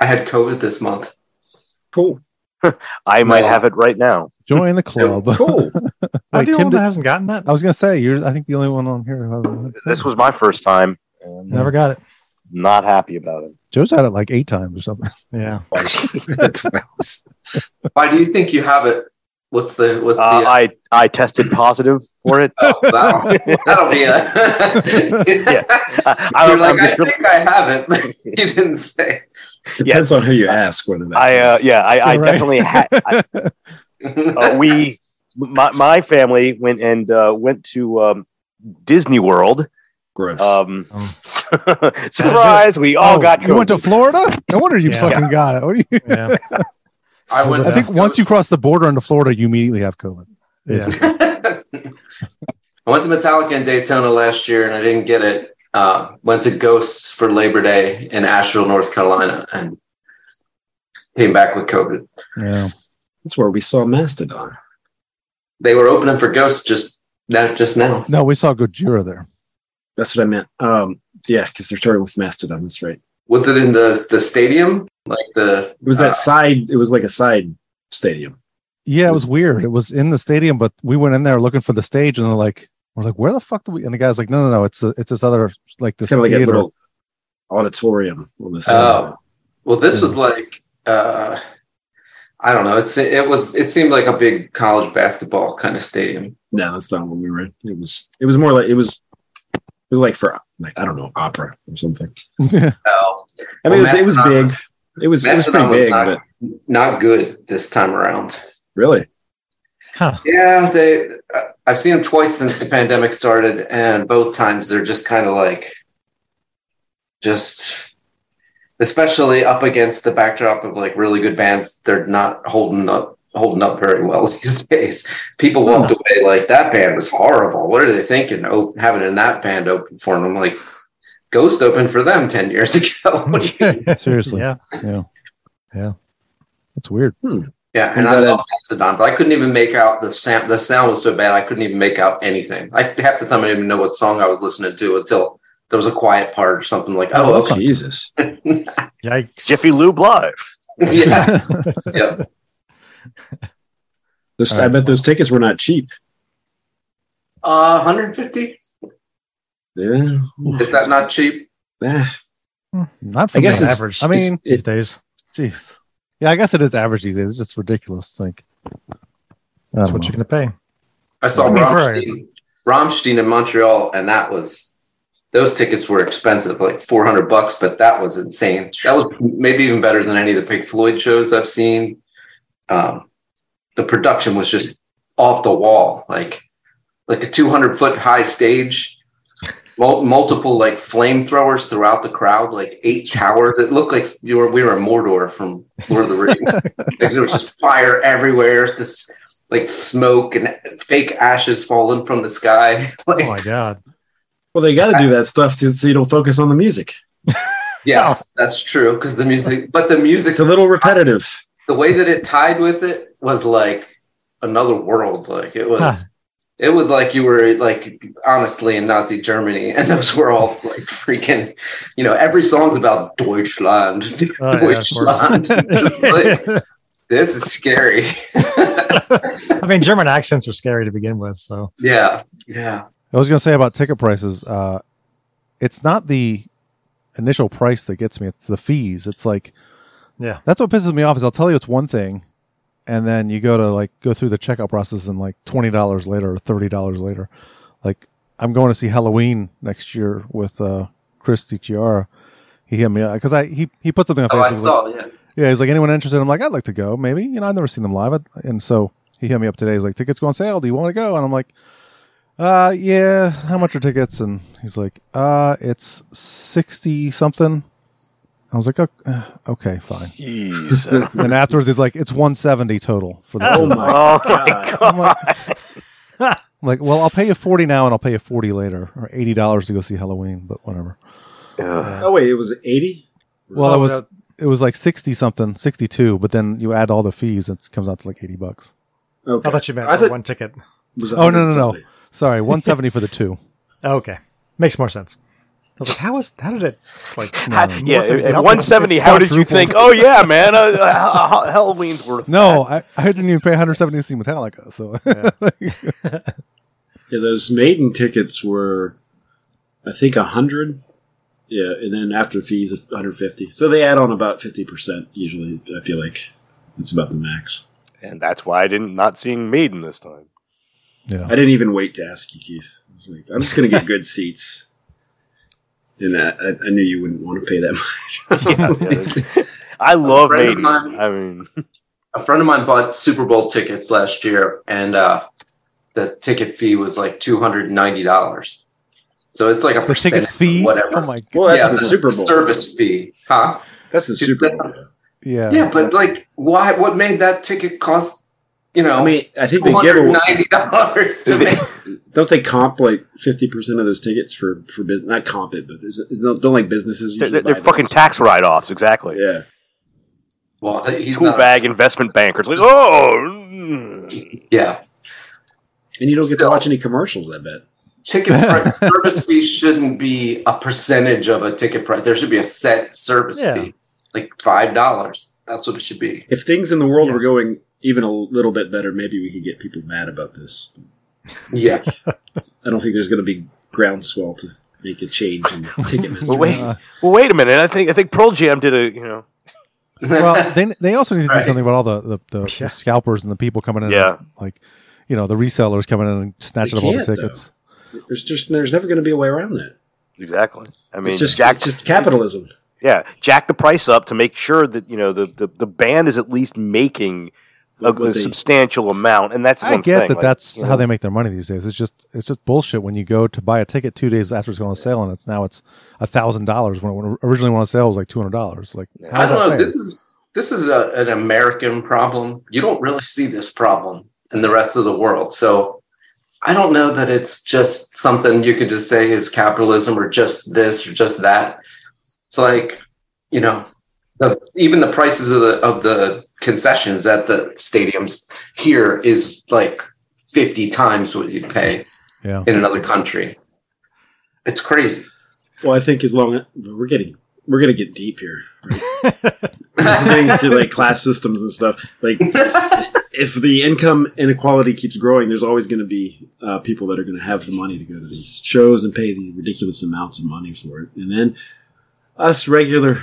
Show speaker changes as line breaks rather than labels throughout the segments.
I had COVID this month.
Cool.
I might
No.
have it right now.
Join the club.
Cool.
Wait,
the only
Tim
one
did-
that hasn't gotten that?
I was gonna say you're. I think the only one on here who hasn't.
This was my first time.
Um,
and
Never got it.
Not happy about it.
Joe's had it like eight times or something.
Yeah.
That's what I was-
Why do you think you have it? What's the what's
Uh,
the
I I tested positive for it.
Oh, that'll, that'll be a. yeah.
I-
You're
I'm
like,
just
I
really-
think I have it, but you didn't say.
Depends on who you ask. Whether that
I uh,
is.
yeah, I, I
Right.
definitely had. uh, we my my family went and uh, went to um, Disney World.
gross.
Um,
Oh.
surprise! We all
Oh,
got.
you went to
COVID.
Florida. No wonder you
Yeah.
fucking got it. What do you?
Yeah.
I, went
I think once you cross the border into Florida, you immediately have COVID.
Yeah.
I went to Metallica in Daytona last year and I didn't get it. Uh, went to Ghosts for Labor Day in Asheville, North Carolina, and came back with COVID.
Yeah.
That's where we saw Mastodon.
They were opening for Ghosts just that just now.
No, we saw Gojira there.
That's what I meant. Um, yeah, because they're starting with Mastodon. That's right.
Was it in the the stadium? Like the
It was that
Uh,
side. It was like a side stadium.
Yeah, it was
Was-
weird. It was in the stadium, but we went in there looking for the stage, and they're like, "We're like, where the fuck do we?" And the guy's like, "No, no, no. It's a, it's this other like
It's
this
kind of like a
theater."
little auditorium on the side.
Oh, well, this was like uh, I don't know. It's it was it seemed like a big college basketball kind of stadium.
No, that's not what we were. in. It was. It was more like it was. It was like for like I don't know opera or something. I
Oh,
mean,
Well,
it, was, it was
Mastodon-
big. It was. It was pretty
Mastodon was
big,
not-
but
not good this time around.
really,
Huh.
Yeah, they. I- I've seen them twice since the pandemic started, and both times they're just kind of like, just, especially up against the backdrop of like really good bands. They're not holding up, holding up very well these days. People walked away like that band was horrible. What are they thinking? Open, having in that band open for them, I'm like Ghost opened for them ten years ago.
Seriously,
yeah.
yeah, yeah. That's weird.
Yeah, and I
But, uh,
love Mastodon, but I couldn't even make out the sound. The sound was so bad, I couldn't even make out anything. I half the time I didn't even know what song I was listening to until there was a quiet part or something like, "Oh, okay."
Jesus.
Yikes.
Jiffy Lube live.
yeah, yeah.
Those,
All
I
right.
bet those tickets were not cheap.
Uh, 150.
Yeah.
Is that not cheap?
Eh,
Not for
I guess
me.
it's
average.
I mean,
these
It,
days.
jeez. Yeah, I guess it is average these days. It's just ridiculous. Like
That's what you're gonna pay.
I saw
I mean,
Rammstein, Rammstein in Montreal, and that was those tickets were expensive, like 400 bucks, but that was insane. That was maybe even better than any of the Pink Floyd shows I've seen. Um, the production was just off the wall, like like a 200 foot high stage. mul- Multiple like flamethrowers throughout the crowd, like eight towers. It looked like you were we were in Mordor from Lord of the Rings. like there was just fire everywhere. This like smoke and fake ashes falling from the sky.
Oh
like,
my god.
well, they got to do that stuff to, so you don't focus on the music.
Yes, that's true. Because the music, but the music,
It's a little repetitive.
the way that it tied with it was like another world. Like it was, it was like you were like honestly in Nazi Germany, and those were all like freaking. You know, every song's about Deutschland,
Oh, yeah, of course.
Deutschland. It's like, this is scary.
I mean, German accents are scary to begin with, so
yeah, yeah.
I was going to say about ticket prices. Uh, it's not the initial price that gets me; it's the fees. It's like,
Yeah.
that's what pisses me off. Is I'll tell you it's one thing, and then you go to like go through the checkout process, and like twenty dollars later or thirty dollars later, like I'm going to see Halloween next year with uh, Chris Chiara. He hit me up because I he he put something on
Oh,
Facebook.
I
like,
saw. Yeah.
yeah, he's like, anyone interested? I'm like, I'd like to go, maybe. You know, I've never seen them live. And so he hit me up today. He's like, tickets go on sale. Do you want to go? And I'm like, uh, yeah. How much are tickets? And he's like, uh, it's 60 something. I was like, "Ok- uh, okay, fine.
Jeez.
And afterwards, he's like, it's 170 total for the
Oh
tour."
my
oh
God.
my
I'm
god!
like, I'm like, well, I'll pay you 40 now and I'll pay you 40 later or $80 to go see Halloween, but whatever.
Ugh.
Oh wait, it was eighty.
Well,
Oh,
it was,
that-
it was like 60 something, 62, but then you add all the fees, it comes out to like 80 bucks.
Okay.
I thought you meant
I
for
thought-
one ticket.
It was
Oh, no, no, no.
170.
Sorry, 170 for the two.
okay. Oh, Makes more sense. was like, how is how did it like
How-
No.
yeah,
More than
at- at
double.
170. How did you
Quadrupled.
think? Oh yeah, man, uh, uh, Halloween's worth.
No, I, I didn't even pay 170 to see Metallica. So
Yeah, those maiden tickets were, I think, a hundred. Yeah, and then after fees, a hundred fifty. So they add on about fifty percent usually. I feel like that's about the max.
and that's why I didn't not seeing Maiden this time.
yeah,
I didn't even wait to ask you, Keith. I was like, I'm just going to get good seats. And I, I I knew you wouldn't want to pay that much.
Yeah, yeah. I love
friend of
Maiden.
mine-
I mean,
a friend of mine bought Super Bowl tickets last year, and uh, the ticket fee was like two hundred ninety dollars. So it's like a
for ticket
percentage of
fee.
whatever.
Oh my god.
well, that's
Yeah,
the Super Bowl.
service fee, huh?
That's the Super Bowl.
Yeah.
Yeah, but like, why? What made that ticket cost? You know,
I mean, I think they
two
give
hundred
away.
ninety dollars to make.
Don't they comp like fifty percent of those tickets for for business? Not comp it, but is, is don't, don't like businesses.
they're,
Usually
they're
buy
fucking
those?
tax write-offs. Exactly.
Yeah,
Well, he's
Tool
not.
bag investment bankers. Like, oh, mm.
Yeah,
and you don't get
Still.
to watch any commercials. I bet.
ticket price, service fee shouldn't be a percentage of a ticket price. There should be a set service
Yeah.
fee, like five dollars. That's what it should be.
If things in the world were going even a little bit better, maybe we could get people mad about this.
Yeah,
I don't think there's going to be groundswell to make a change in Ticketmaster.
Well, wait.
fees.
well, wait a minute. I think I think Pearl Jam did a you know.
well, they they also need to do
Right.
something about all the the, the, the
Yeah.
scalpers and the people coming in.
Yeah.
and, like, you know, the resellers coming in and snatching up all the
can't, though.
tickets.
There's just there's never going to be a way around that.
Exactly. I mean,
it's just
Jack,
it's just capitalism.
yeah, jack the price up to make sure that you know the the, the band is at least making a,
What
a
they-
substantial amount, and that's
I
one
get
thing,
that
like,
that's
you know,
how they make their money these days. It's just it's just bullshit when you go to buy a ticket two days after it's going on sale and it's now it's a thousand dollars when it when it originally went on sale it was like two hundred dollars. Like
Yeah.
I
how's
don't know.
that fair?
This is this is a, an American problem. You don't really see this problem in the rest of the world. So I don't know that it's just something you could just say is capitalism or just this or just that. It's like you know, the, even the prices of the of the concessions at the stadiums here is like fifty times what you'd pay
yeah.
in another country. It's crazy.
Well, I think as long as we're getting we're going to get deep here. We're getting into like class systems and stuff. Like if the income inequality keeps growing, there's always going to be uh, people that are going to have the money to go to these shows and pay the ridiculous amounts of money for it, and then us regular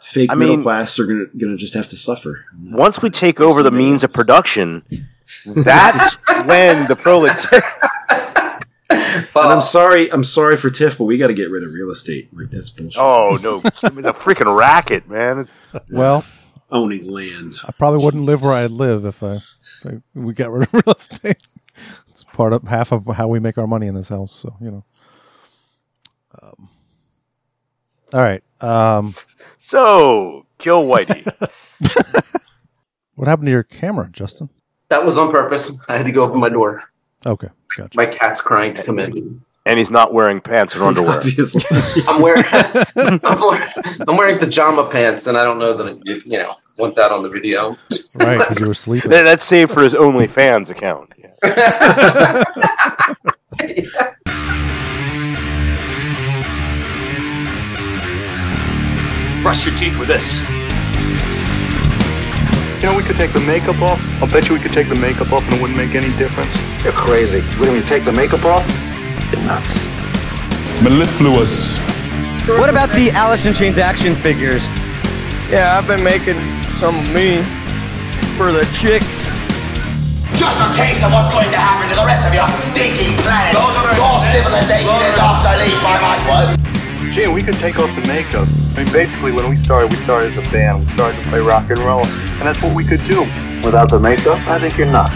fake
I
middle
mean-
class are going to going to just have to suffer.
once we take over the
Somebody
means of
else.
production, that's when the proletariat.
Well,
And I'm sorry, I'm sorry for Tiff, but we got to get rid of real estate. Like that's bullshit.
Oh no, I mean, the freaking racket, man!
Well,
Owning land.
I probably wouldn't live where I live if I, if I- we got rid of real estate. It's part of half of how we make our money in this house. So you know. Um, all right. Um,
So kill Whitey.
what happened to your camera, Justin?
that was on purpose. I had to go open my door.
Okay, gotcha.
My cat's crying to come in.
and he's not wearing pants or underwear.
Obviously.
I'm wearing, I'm wearing, I'm wearing pajama pants, and I don't know that I, you know want that on the video.
right, because you were sleeping.
That- that's saved for his OnlyFans account. Yeah.
Brush your teeth with this. You know, we could take the makeup off. I'll bet you we could take the makeup off and it wouldn't make any difference.
You're crazy. What do you take the makeup off? You're nuts.
mellifluous.
What about the Alice in Chains action figures? Yeah, I've been making some of me for the chicks.
Just a taste of what's going to happen to the rest of your stinking planet. Your civilization is off the lead by my word.
Gee, we could take off the makeup. I mean, basically, when we started, we started as a band. We started to play rock and roll, and that's what we could do. Without the makeup, I think you're nuts.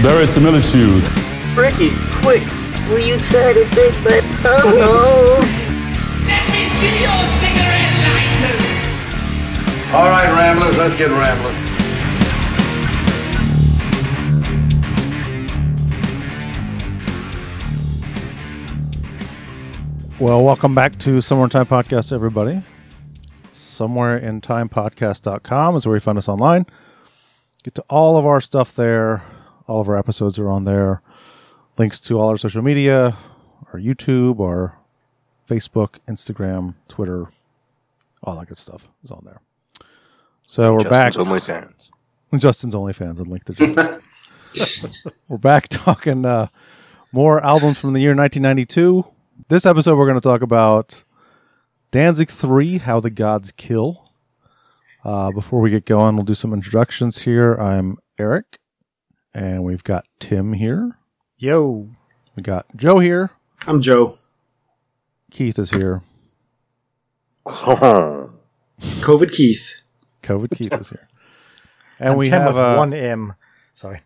There is similitude.
Ricky, quick.
Will you try to take my photos? Let me see your cigarette lighter.
All right, Ramblers, let's get rambling.
Well, welcome back to Somewhere in Time Podcast, everybody. SomewhereInTimePodcast.com is where you find us online. Get to all of our stuff there, All of our episodes are on there. Links to all our social media, our YouTube, our Facebook, Instagram, Twitter, all that good stuff is on there. So we're back.
OnlyFans.
Justin's OnlyFans and link to Justin. we're back talking uh, more albums from the year 1992. This episode, we're going to talk about Danzig 3 How the Gods Kill. Uh, before we get going, we'll do some introductions here. I'm Eric, and we've got Tim here.
Yo.
We got Joe here.
I'm Joe.
Keith is here.
COVID Keith.
COVID Keith is here.
And
And
we
we
Tim
have,
with
uh,
one M. Sorry.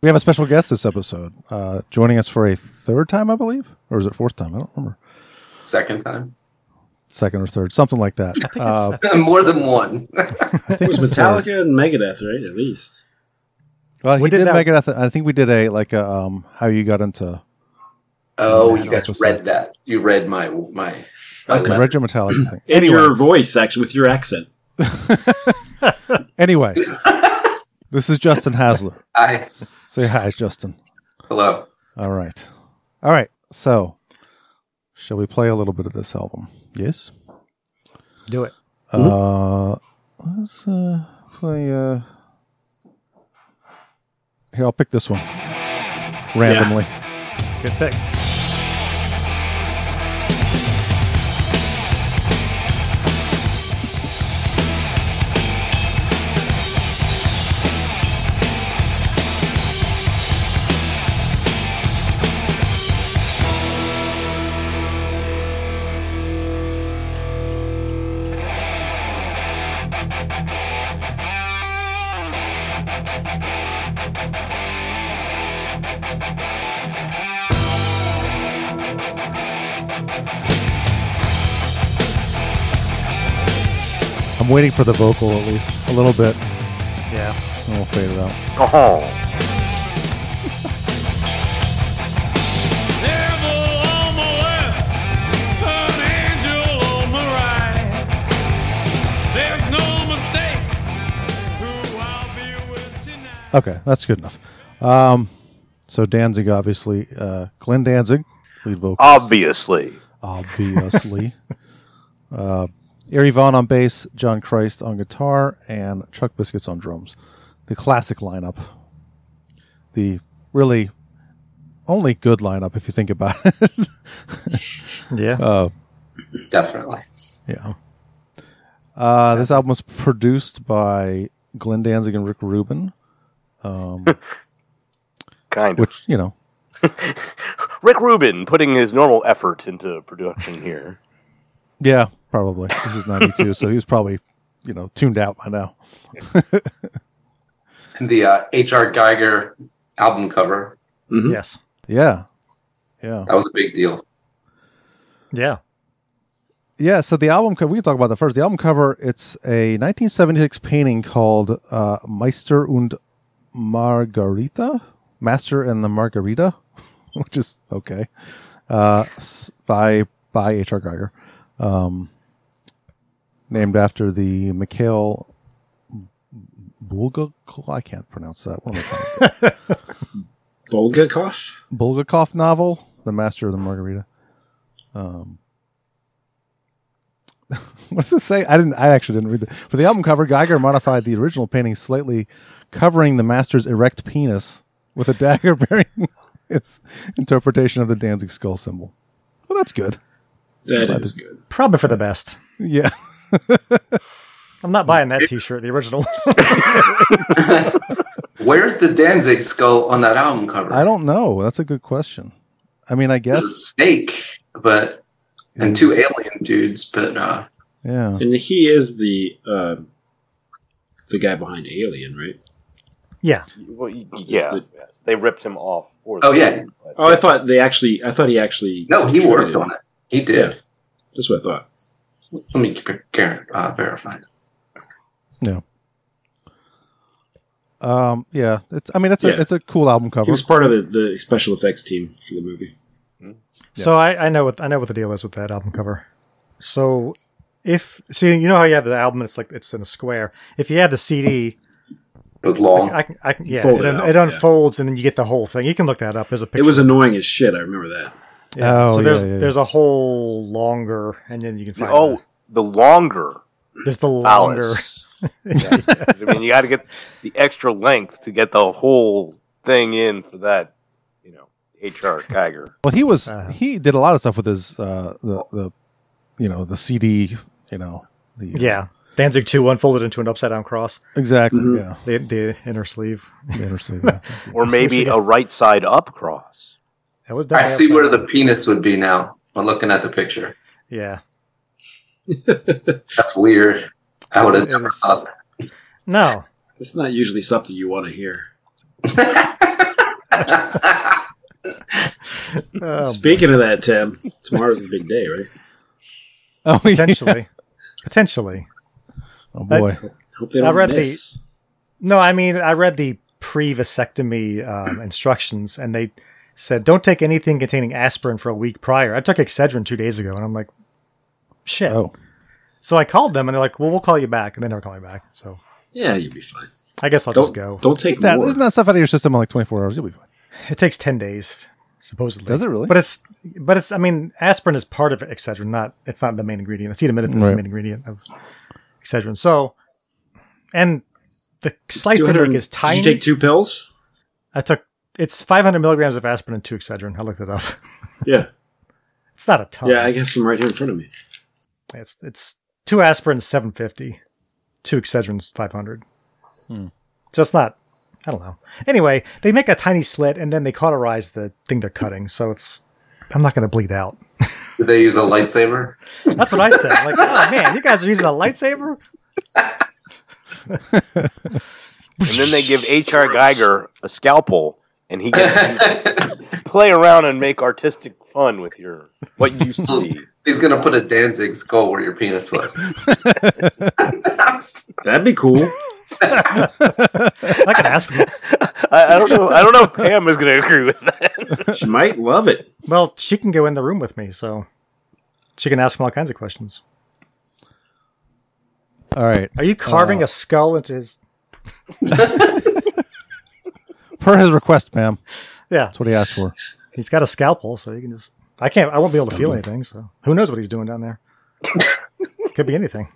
We have a special guest this episode, uh, joining us for a third time, I believe, or is it fourth time? I don't remember.
Second time.
Second or third, something like that. Uh,
More than one.
I
It
think
was
it's third.
Metallica and Megadeth, right? At least.
Well, he
We did
did
that-
make it. I, th- I think we did a like a um how you got into.
Oh, you guys read that. You read my my. my
Okay. Read your Metallica thing.
In your voice, actually, with your accent.
Anyway, this is Justin Hasler.
Hi.
Say hi, Justin.
Hello.
All right, all right. So, shall we play a little bit of this album? Yes.
Do it.
Uh, let's uh, play. Uh, here, I'll pick this one randomly.
Good pick.
I'm waiting for the vocal at least a little bit.
Yeah.
And we'll fade it out.
Oh.
Okay, that's good enough. Um, so Danzig, obviously, uh, Glenn Danzig, lead vocal,
Obviously.
obviously. uh, Ari Vaughn on bass, John Christ on guitar, and Chuck Biscuits on drums. The classic lineup. The really only good lineup, if you think about it.
yeah.
Uh,
Definitely.
yeah. Oh. Uh, this album was produced by Glenn Danzig and Rick Rubin. Um,
Kind
which, you know,
of. Rick Rubin putting his normal effort into production here.
Yeah, probably. This is 92, so he was probably, you know, tuned out by now.
The uh, H.R. Geiger album cover.
Mm-hmm. Yes.
Yeah. Yeah.
That was a big deal.
Yeah.
Yeah, so the album cover, we can talk about that first. The album cover, it's a 1976 painting called uh, Meister und Margarita, Master and the Margarita, which is okay, uh, s- by by H.R. Geiger, um, named after the Mikhail Bulgakov, I can't pronounce that. What am I trying to do?
Bulgakov?
Bulgakov novel, The Master of the Margarita. Um, what does it say? I didn't. I actually didn't read it. For the album cover, Geiger modified the original painting slightly, covering the master's erect penis with a dagger bearing his interpretation of the Danzig skull symbol. Well, that's good.
That
Glad
is
to-
good.
Probably for the best.
Yeah.
I'm not buying that T-shirt, the original.
Where's the Danzig skull on that album cover?
I don't know. That's a good question. I mean, I
There's
guess. Mm.
a snake, but and two alien dudes, but uh,
Yeah.
And he is the uh, the guy behind Alien, right?
yeah.
Well, y- yeah. They ripped him off for
Oh,
that,
yeah.
but-
Oh, I thought they actually. I thought he actually.
No, he worked
contributed.
on it. He did.
That's what I thought.
Uh-huh.
Let me ver- ver- uh, verify.
No. Um. Yeah. It's. I mean, it's a.
Yeah.
It's a cool album cover.
He was part of the, the special effects team for the movie.
So I, I know what I know what the deal is with that album cover. So if see you know how you have the album, it's like it's in a square. If you had the CD,
was long.
I, can, I can,
You
yeah,
fold
it,
it
un-
out,
it unfolds and then you get the whole thing. You can look that up. There's a picture.
It was annoying as shit. I remember that.
Yeah.
Oh,
so there's
yeah, yeah, yeah.
there's a whole longer, and then you can find.
Oh, the longer.
There's the longer.
Yeah. I mean, you got to get the extra length to get the whole thing in for that, you know, HR Kiger.
Well, he was
Uh-huh.
he did a lot of stuff with his uh, the the you know the CD you know the
yeah, Danzig two unfolded into an upside down cross.
Exactly, Mhm. yeah.
The, the inner sleeve.
The inner sleeve.
Or maybe a right side up cross.
That was
I
definitely
see
upside
where
down.
the penis would be now when looking at the picture.
Yeah.
That's weird. I would have never thought. that.
No.
It's not usually something you want to hear.
Oh,
Speaking of that, Tim, tomorrow's the big day, right?
Oh,
potentially, potentially.
Oh
boy. Hope they don't miss.
the. No, I mean I read the pre-vasectomy um, instructions, and they said don't take anything containing aspirin for a week prior. I took Excedrin two days ago, and I'm like, shit.
Oh.
So I called them, and they're like, well, we'll call you back, and they never call me back. So
Yeah, you'll be fine.
I guess I'll
Don't-
just go.
don't take
Get that, isn't that stuff out of your system in like 24 hours? You'll be fine.
It takes ten days, supposedly.
Does it really?
But it's but it's. I mean, aspirin is part of Excedrin. Not it's not the main ingredient. Acetaminophen is
Right.
the main ingredient of Excedrin. So, and the
It's
slice that
200
is tiny.
Did you take two pills?
I took it's 500 milligrams of aspirin and two Excedrin. I looked it up.
Yeah.
It's not a ton.
Yeah, I have some right here in front of me.
It's it's two aspirin 750, two Excedrin's 500.
Hmm.
So it's not. I don't know. Anyway, they make a tiny slit and then they cauterize the thing they're cutting. So it's. I'm not going to bleed out.
Did they use a lightsaber?
That's what I said. Like, oh man, you guys are using a lightsaber.
And then they give HR Geiger a scalpel and he gets to play around and make artistic fun with your what used to be.
He's gonna put a Danzig skull where your penis was.
That'd be cool.
I can ask him.
I, I don't know. I don't know if Pam is going to agree with that.
She might love it.
Well, she can go in the room with me, so she can ask him all kinds of questions.
All right.
Are you carving
Uh,
a skull into his?
per his request, ma'am?
Yeah,
That's what he asked for.
He's got a scalpel, so you can just. I can't. I won't be able to feel
Scalpel.
anything. So who knows what he's doing down there? Could be anything.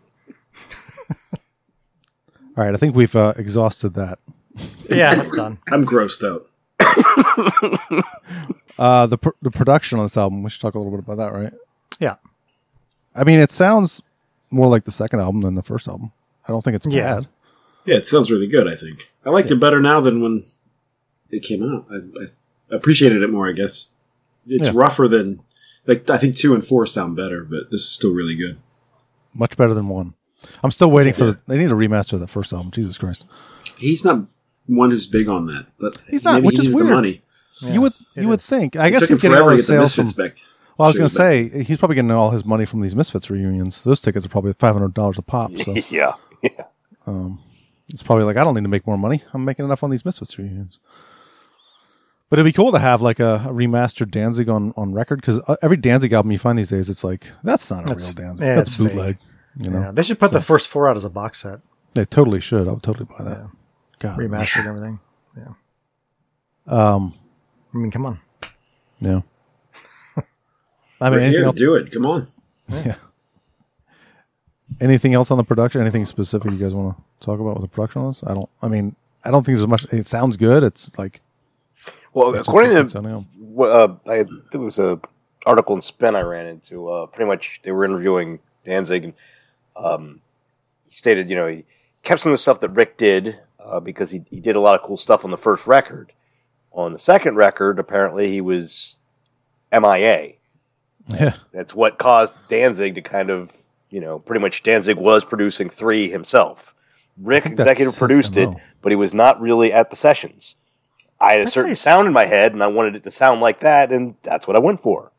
All right, I think we've uh, exhausted that.
Yeah, that's done.
I'm grossed out.
Uh, the pr- the production on this album, we should talk a little bit about that, right?
Yeah.
I mean, it sounds more like the second album than the first album. I don't think it's
Yeah.
bad.
Yeah, it sounds really good, I think. I liked it better now than when it came out. I, I appreciated it more, I guess. It's
Yeah.
rougher than, like, I think two and four sound better, but this is still really good.
Much better than one. I'm still waiting for the, they need a remaster of the first album. Jesus Christ.
He's not one who's big on that, but
He's not,
maybe
which
he
is
needs
weird.
the money.
you would you would think. I
It
guess
took
he's
him
getting all
forever to
his
get the
sales from.
Misfits back.
Well, I was
Sure,
going to
but-
say he's probably getting all his money from these Misfits reunions. Those tickets are probably five hundred dollars a pop. So
yeah.
um, it's probably like I don't need to make more money. I'm making enough on these Misfits reunions. But it'd be cool to have like a, a remastered Danzig on on record because every Danzig album you find these days, it's like that's not a
That's-
real Danzig.
yeah,
that's
it's fake.
bootleg. You know,
Yeah, they should put the first four out as a box set,
they totally should. I would totally buy that. God,
remastered and everything. Yeah,
Um,
I mean, come on.
yeah. I
I
mean,
mean,
anything
here,
else,
do it. Come on.
Yeah. Anything else on the production? Anything specific you guys want to talk about with the production on this? I don't. I mean, I don't think there's much. It sounds good. It's like
Well,
It's just
according
like it's on
to wh- uh, I think it was a article in Spin I ran into. Uh, pretty much, they were interviewing Danzig, and um, he stated, you know, he kept some of the stuff that Rick did uh, because he, he did a lot of cool stuff on the first record. On the second record, apparently, he was MIA.
Yeah.
That's what caused Danzig to kind of, you know, pretty much Danzig was producing three himself. Rick
think that's
executive
his
produced it,
MO.
but he was not really at the sessions. I had a certain sound in my head, and I wanted it to sound like that, and that's what I went for.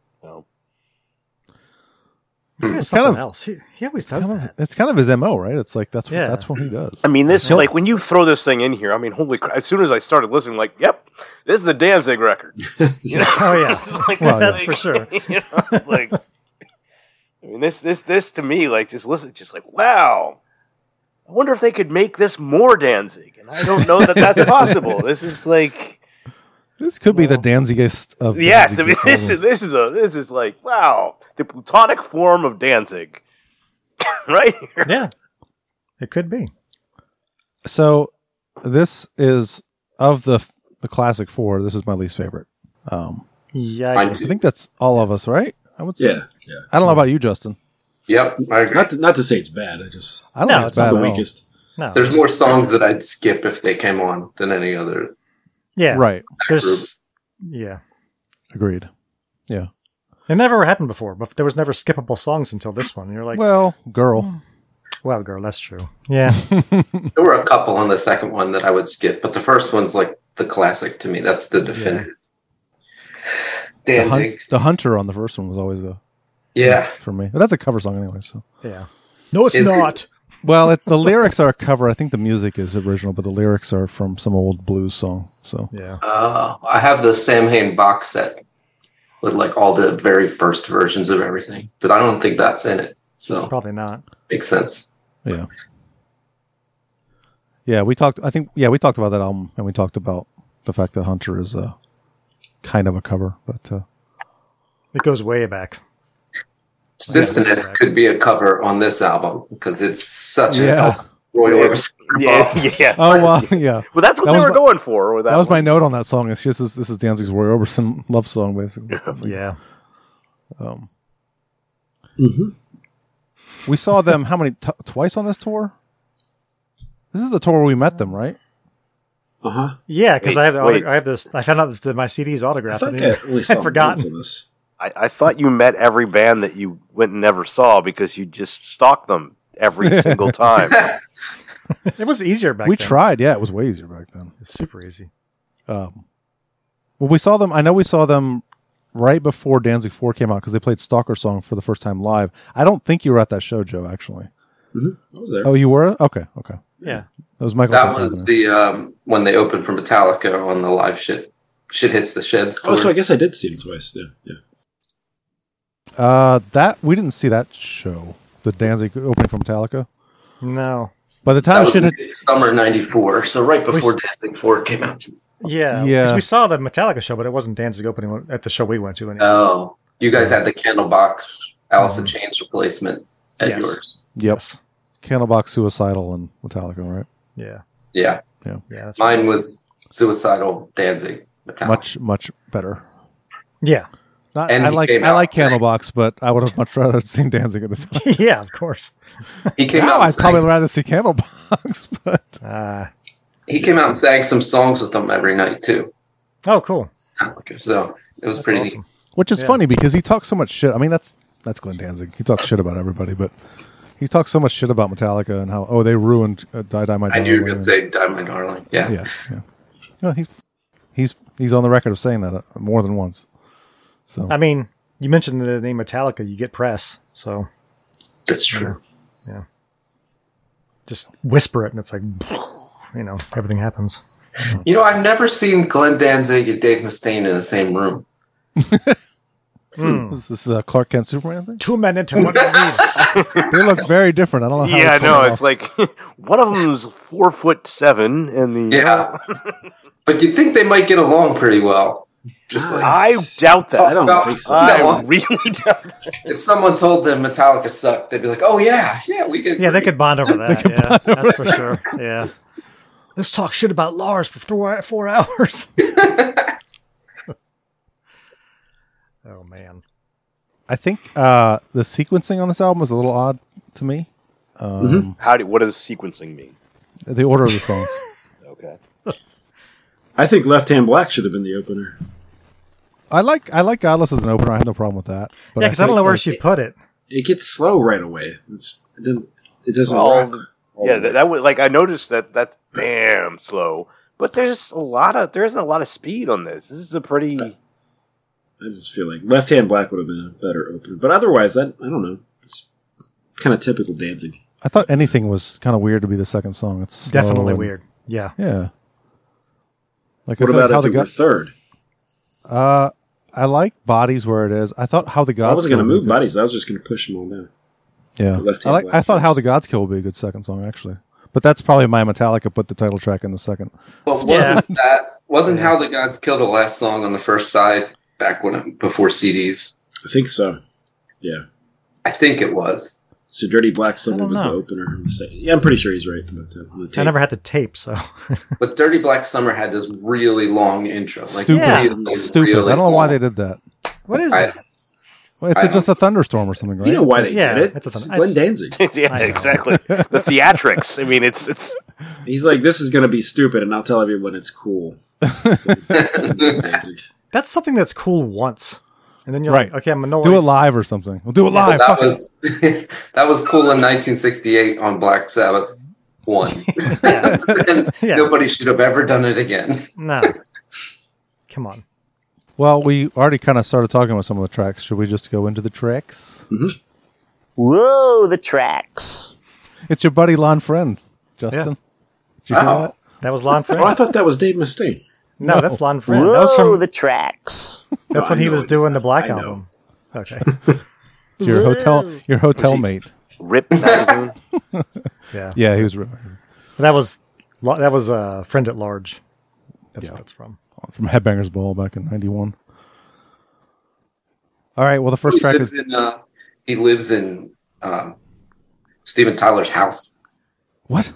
He has
It's kind
something
of-
else. He, he always does that.
it's kind of his mo, right? It's like that's what that's what he does.
I mean, this
He'll-
like when you throw this thing in here, I mean, holy crap! As soon as I started listening, like, yep, this is a Danzig record. You know?
Oh, yeah.
It's like-
Well, That's for sure.
you know, like, I mean, this this this to me, like, just listen, just like, wow, I wonder if they could make this more Danzig. And I don't know that that's possible. This is like,
This could be the Danzigest of
yes, I
Danzig
mean, this
albums.
is this is a this is like wow, the plutonic form of Danzig, right here.
Yeah, it could be.
So this is of the the classic four. This is my least favorite. Um,
Yeah,
I think that's all of us, right? I would say.
Yeah, yeah.
I don't know about you, Justin.
Yep, I agree.
Not to, not to say it's bad. I just
I don't
No, it's
think it's
just
bad
the
at all.
weakest.
No.
There's more songs that I'd skip if they came on than any other.
Yeah,
Right.
There's yeah.
Agreed. Yeah.
It never happened before, but there was never skippable songs until this one. And you're like, hmm.
Well, girl.
well, girl, that's true. Yeah.
There were a couple on the second one that I would skip, but the first one's like the classic to me. That's the definitive.
The, hun-
Danzig.
the hunter on the first one was always a
Yeah.
for me. But that's a cover song anyway. So
Yeah. No, it's
Is it-
not.
well, it, the lyrics are a cover. I think the music is original, but the lyrics are from some old blues song. So
Yeah.
Uh, I have the Sam Hain box set with like all the very first versions of everything, but I don't think that's in it. So
Probably not.
makes sense.
yeah, yeah. We talked. I think yeah, we talked about that album, and we talked about the fact that Hunter is a kind of a cover, but uh,
It goes way back.
Systemist could be a cover on this album because it's such
Yeah.
a Roy
Yeah.
Orbison.
Yeah, yeah.
oh well, yeah.
Well, that's what
That
they
was
were
my-
going for with that.
that was
one.
my note on that song. It's just this, this is Danzig's Roy Orbison love song, basically.
yeah.
Um, Mm-hmm. We saw them how many t- twice on this tour? This is the tour where we met them, right?
Uh huh.
Yeah, because
Wait,
I have the
wait.
auto- I have this. I found out this, that my CD's autographed.
I
and
think
even-
I only saw
I'd forgotten.
once on this.
I, I thought you met every band that you went and never saw because you just stalked them every single time.
It was easier back
we
then.
tried. Yeah, it was way easier back then.
It was super easy.
Um, well, we saw them. I know we saw them right before Danzig Four came out because they played Stalker Song for the first time live. I don't think you were at that show, Joe. Actually,
I was there.
oh, you were. Okay, okay.
Yeah.
That was Michael.
That
Jackson,
was
wasn't
the um, when they opened for Metallica on the live shit. Shit hits the sheds.
Oh, so
tour.
I guess I did see him twice. Yeah, yeah.
it? Uh, that we didn't see that show. The Danzig opening for Metallica.
No.
By the
That
time
was
shit hit,
summer '94, so right before Dancing Four came out.
Yeah.
Yeah.
'cause we saw the Metallica show, but it wasn't Danzig opening at the show we went to. Anyway.
Oh, you guys had the Candlebox Alice in Chains replacement at
Yes.
yours.
yep,
Yes.
Candlebox Suicidal and Metallica, right?
Yeah.
Yeah,
Yeah. That's
mine was Suicidal Danzig Metallica.
Much much better.
Yeah.
Not,
And
I
he
like
came
I
out
like
saying-
Candlebox, but I would have much rather seen Danzig at the time.
yeah. Of course.
He came
Now
out.
I'd
And
probably
sang,
rather see Candlebox, but
Uh,
he came out and sang some songs with them every night too.
oh, cool.
So it was
That's
pretty
awesome.
neat.
which is
Yeah.
funny because he talks so much shit. I mean, that's that's Glenn Danzig. He talks shit about everybody, but he talks so much shit about Metallica and how oh they ruined uh, Die Die My
I
Darling.
knew you were going to say "Die My Darling." Yeah.
yeah, yeah. No, he's he's he's on the record of saying that uh, more than once. So
I mean, you mentioned the name Metallica, you get press. So
that's true.
just whisper it, and it's like, you know, everything happens.
You know, I've never seen Glenn Danzig and Dave Mustaine in the same room.
is this uh, Clark Kent Superman thing?
Two men into one leaves.
They look very different. I don't know. How
yeah,
they pulled
no,
it
it's
off.
like one of them's four foot seven, and the
Yeah, but you'd think they might get along pretty well. Just like
I doubt that.
I don't
No,
think so.
Oh, no.
I really doubt that.
If someone told them Metallica sucked, they'd be like, "Oh yeah, yeah, we could."
Yeah, they could bond over that. yeah, that's for sure. Yeah. Let's talk shit about Lars for four, four hours. oh, man.
I think uh, the sequencing on this album is a little odd to me. Um,
How do, what does sequencing mean?
The order of the songs.
Okay.
I think Left Hand Black should have been the opener.
I like I like Godless as an opener. I have no problem with that. But
yeah, because I, don't
think,
know where
like,
she put it.
It gets slow right away. It's, it doesn't. It doesn't
Well,
rock.
yeah, that, that would like I noticed that that's damn slow. But there's a lot of there isn't a lot of speed on this. This is a pretty
I just feel like Left Hand Black would have been a better opener. But otherwise, I, I don't know. It's kind of typical Danzig.
I thought anything was kind of weird to be the second song. It's slow
Definitely
um,
and-
weird. Yeah.
Yeah. Like
What
I feel like
about
how
if
the
it were
God,
third?
uh, I like bodies where it is. I thought how the gods.
I wasn't going to
Kill would
move
be a good-
bodies. I was just going to push them all down.
Yeah,
Left
I
Hand
like. I
Black
thought how
first.
the gods kill would be a good second song actually. But that's probably my Metallica put the title track in the second.
Well, wasn't that wasn't how the gods kill the last song on the first side back when it, before CDs?
I think so. Yeah.
I think it was.
So Dirty Black Summer
don't
was the
know.
opener. on the sta- Yeah, I'm pretty sure he's right. About that. The
I
tape.
never had the tape, so
But Dirty Black Summer had this really long intro. Like
Stupid.
really,
Stupid.
really
I don't know why
long.
they did that.
what is
I-
that?
Well, it's
I
a- just a thunderstorm or something, right?
You know why they
Yeah,
did it?
that's a
It's
thun-
Glenn
that's-
Danzig.
I
yeah,
know.
exactly. The theatrics. I mean, it's it's
He's like, this is going to be stupid, and I'll tell everyone it's cool. It's like, Glenn Danzig.
That's something that's cool once, and then you're
Right.
like, okay, I'm annoyed.
Do it live or something. We'll do it
Well,
live.
that
Fuck it.
was that was cool in 1968 on Black Sabbath one.
Yeah.
Nobody should have ever done it again.
No, come on.
Well, we already kind of started talking about some of the tracks. Should we just go into the tracks?
Whoa, the tracks.
It's your buddy Lon Friend, Justin. Did you hear
Wow.
that?
That was Lon
Oh, I
Friend.
thought that was Dave Mustaine.
No, that's Lon Friend.
Whoa,
That was from.
the tracks.
That's
No,
when
I
he
know
was
it.
doing the Black
I know.
album. Okay.
It's your hotel your hotel mate.
Rip magazine.
Yeah.
Yeah, he was re-
That was lo- that was uh, Friend at Large. That's what it's from.
from Headbangers Ball back in '91. All right. Well, the first
He
track
lives
is
in uh, he lives in um, Steven Tyler's house.
what?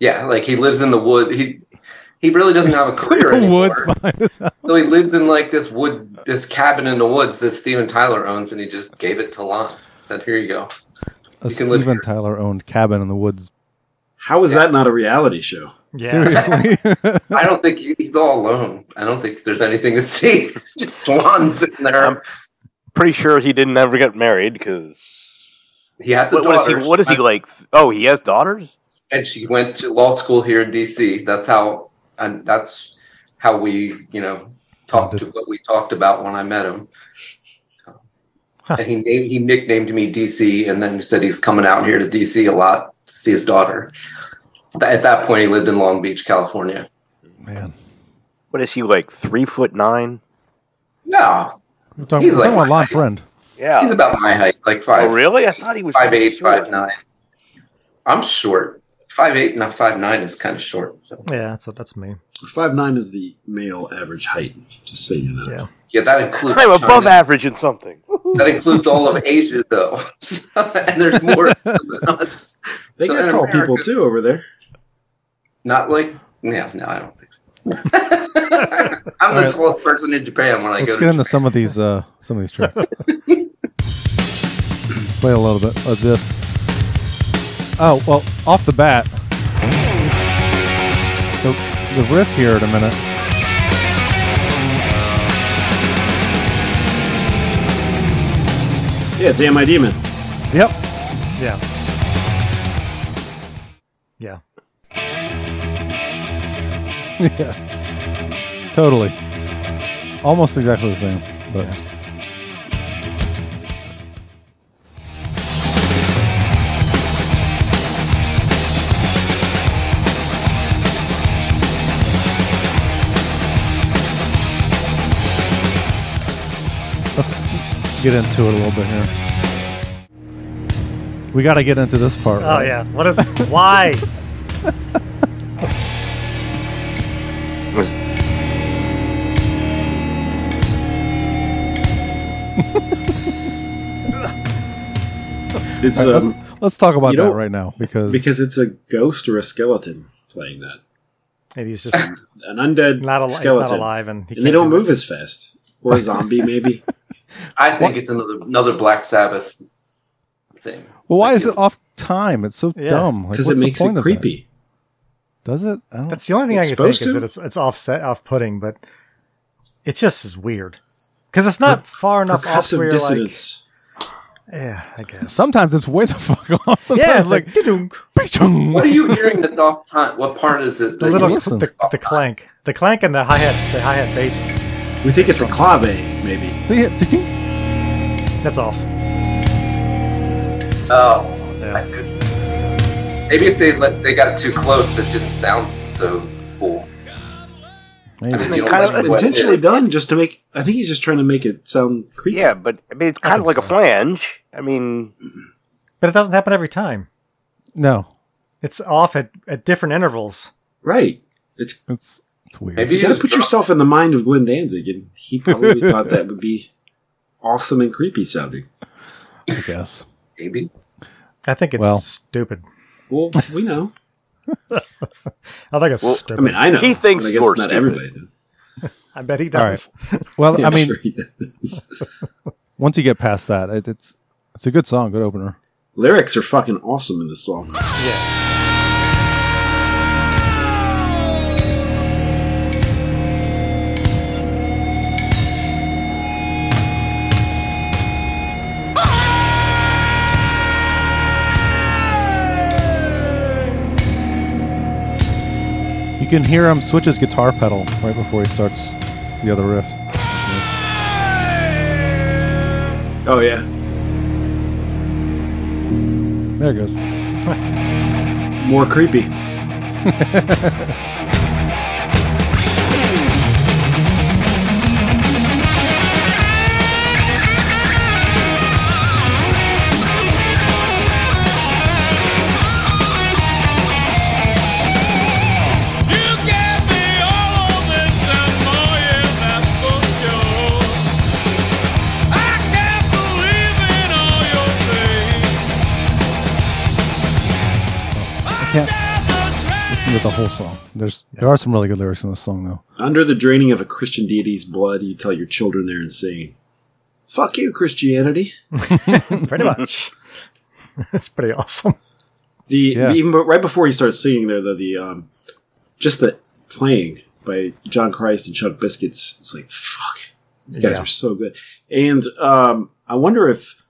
Yeah, like he lives in the wood. He he really doesn't have a career
The
anymore.
woods behind us.
So he lives in like this wood, this cabin in the woods that Steven Tyler owns, and he just gave it to Lon. Said, "Here you go."
A
can live
Steven
here.
Tyler owned cabin in the woods.
How is that not a reality show?
Yeah.
Seriously,
I don't think he- he's all alone. I don't think there's anything to see. Just Lon sitting
Um,
there.
Pretty sure he didn't ever get married because
He has a
what, what is he?
daughter.
What is he like? Th- Oh, he has daughters.
and she went to law school here in DC. That's how, and that's how we, you know, talked to what we talked about when I met him. And he named, he nicknamed me DC, and then said he's coming out here to DC a lot to see his daughter. Th- At that point, he lived in Long Beach, California.
man.
What is he like? Three foot nine.
No,
We're talking,
He's
we're talking
like-
about Lon Friend.
Yeah.
he's about my height, like five,
oh, really? I thought he was
five eight,
short.
five nine. I'm short. Five eight, not five nine is kind of short. So
Yeah, that's that's me.
Five nine is the male average height. Just so you know.
Yeah.
yeah, that includes.
I'm above
China.
average in something.
That includes all of Asia, though. and there's more than us.
They
So
got
in
tall
America-
people too over there.
Not like, yeah, no, I don't think so. I'm the
right.
tallest person in Japan when I
Let's
go
get
to
into some of these uh, some of these tracks. Play a little bit of this. Oh well, off the bat, the, the riff here in a minute.
Yeah, it's Am I Demon.
Yep,
Yeah. Yeah.
yeah, totally, almost exactly the same. But let's get into it a little bit here. We got to get into this part.
Oh yeah. What is? Why?
It's
All right, let's-
um,
let's, talk about
you
that
know-
right now because,
because it's a ghost or a skeleton playing that.
Maybe he's just
An undead
not, al- he's not
skeleton.
alive, and, he
And they
can't
don't
do
move as fast. Or a zombie, maybe.
I think it's another another Black Sabbath thing.
well, why is it off time? It's so
Yeah.
dumb. Like,
Because
what's
it
the
makes it
point of that?
creepy.
Does it? I don't,
That's the only thing
It's
I can think
supposed
is
to?
that it's it's offset off putting, but it just is weird because it's not far enough off where
Percussive
you're
dissonance.
like, yeah, I guess.
sometimes it's way the fuck off. Sometimes
Yeah, it's
it's like,
like "Didunk."
"Bing-chung."
What are you hearing that's off time? What part is it?
the
that
little
you-
listen.
the, the clank, the clank, and the hi hat, the hi hat bass.
we think it's a clave, maybe.
See it? Ding-ding.
That's off.
oh,
Yeah.
I see. what you mean. Maybe if they let, they got too close, it didn't sound so cool.
Maybe.
I mean,
Like,
you
kind
don't
of
know what it
intentionally
is.
done just to make. I think he's just trying to make it sound creepy.
Yeah, but I mean, it's kind of like a flange. I mean,
But it doesn't happen every time.
No.
It's off at, at different intervals.
Right. It's
it's, it's weird.
Maybe
you gotta
it's
put
drunk.
yourself in the mind of Glenn Danzig, and he probably thought that would be awesome and creepy sounding.
I guess.
Maybe.
I think it's
Well-
stupid.
Well, we know.
I think it's
Well,
stupid.
I mean, I know.
He thinks
but I guess
you're
not
stupid.
everybody does.
I bet he
All
does.
right. Well,
Yeah,
I mean,
sure he does.
once you get past that, it, it's it's a good song, good opener.
lyrics are fucking awesome in this song.
Yeah.
You can hear him switch his guitar pedal right before he starts the other riffs.
Oh yeah,
There it goes.
more creepy.
I can't listen to the whole song. There's there are some really good lyrics in this song though.
Under the draining of a Christian deity's blood, you tell your children they're insane. Fuck you, Christianity.
Pretty much. That's pretty awesome.
The
Yeah.
even but right before he starts singing there, though the um, just the playing by John Christ and Chuck Biscuits, it's like fuck, these guys
Yeah.
are so good. And um, I wonder if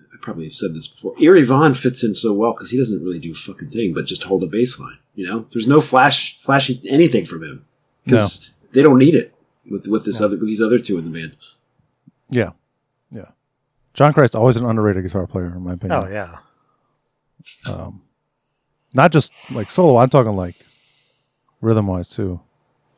I probably have said this before. Erie Vaughn fits in so well because he doesn't really do a fucking thing, but just hold a bass line. You know, there's no flash, flashy anything from him because they don't need it with with this other with these other two in the band.
Yeah. Yeah. John Christ always an underrated guitar player in my opinion.
Oh yeah.
Um not just like solo, I'm talking like rhythm wise too.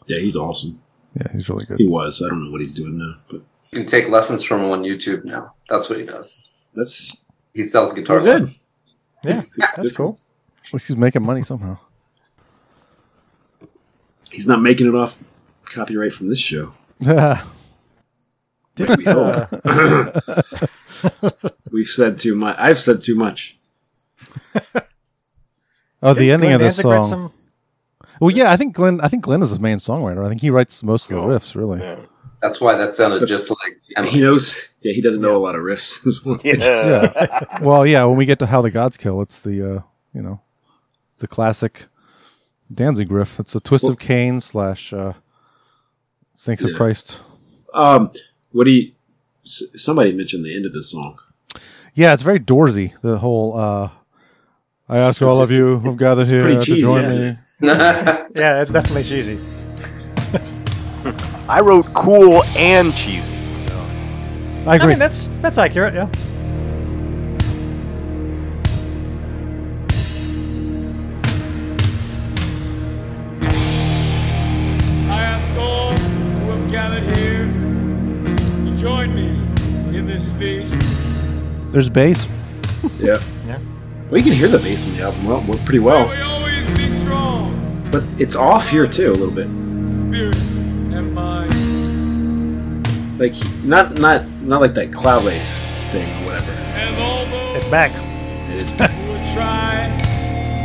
Yeah, he's awesome.
Yeah, he's really good.
He was. I don't know what he's doing now, but
You can take lessons from him on YouTube now. That's what he does.
that's
He sells guitar.
good.
Yeah. That's
Good.
cool.
At least he's making money somehow.
He's not making it off copyright from this show.
Yeah.
Like we hope. We've said too much. I've said too much.
oh, the ending
Glenn
of this
Danzig write
song.
some-
well, yeah, I think Glenn. I think Glenn is his main songwriter. I think he writes most of the riffs, really. Yeah.
That's why that sounded just like
He
Emily.
knows. Yeah, he doesn't know a lot of riffs. as well.
well, yeah. When we get to how the gods kill, it's the uh, you know, the classic Danzig riff. It's a twist of Cain slash uh, Saints of
Yeah.
Christ.
Um, what do you? s- Somebody mentioned the end of the song.
Yeah, it's very Doorsy. The whole uh, I ask all of you who've gathered here
pretty
to
cheesy,
join
isn't
me.
it?
Yeah, that's definitely cheesy.
I wrote cool and cheesy.
I
I
agree.
mean that's that's accurate, yeah.
I ask all who have gathered here to join me in this feast.
There's bass.
Yeah.
Yeah.
Well, you can hear the bass in the album well, well, pretty
May
Oh.
well,
we always be strong,
but it's off here too a little bit.
spirit and mind.
Like not not not like that cloudly thing or whatever.
And all those
It's back.
It is
who would try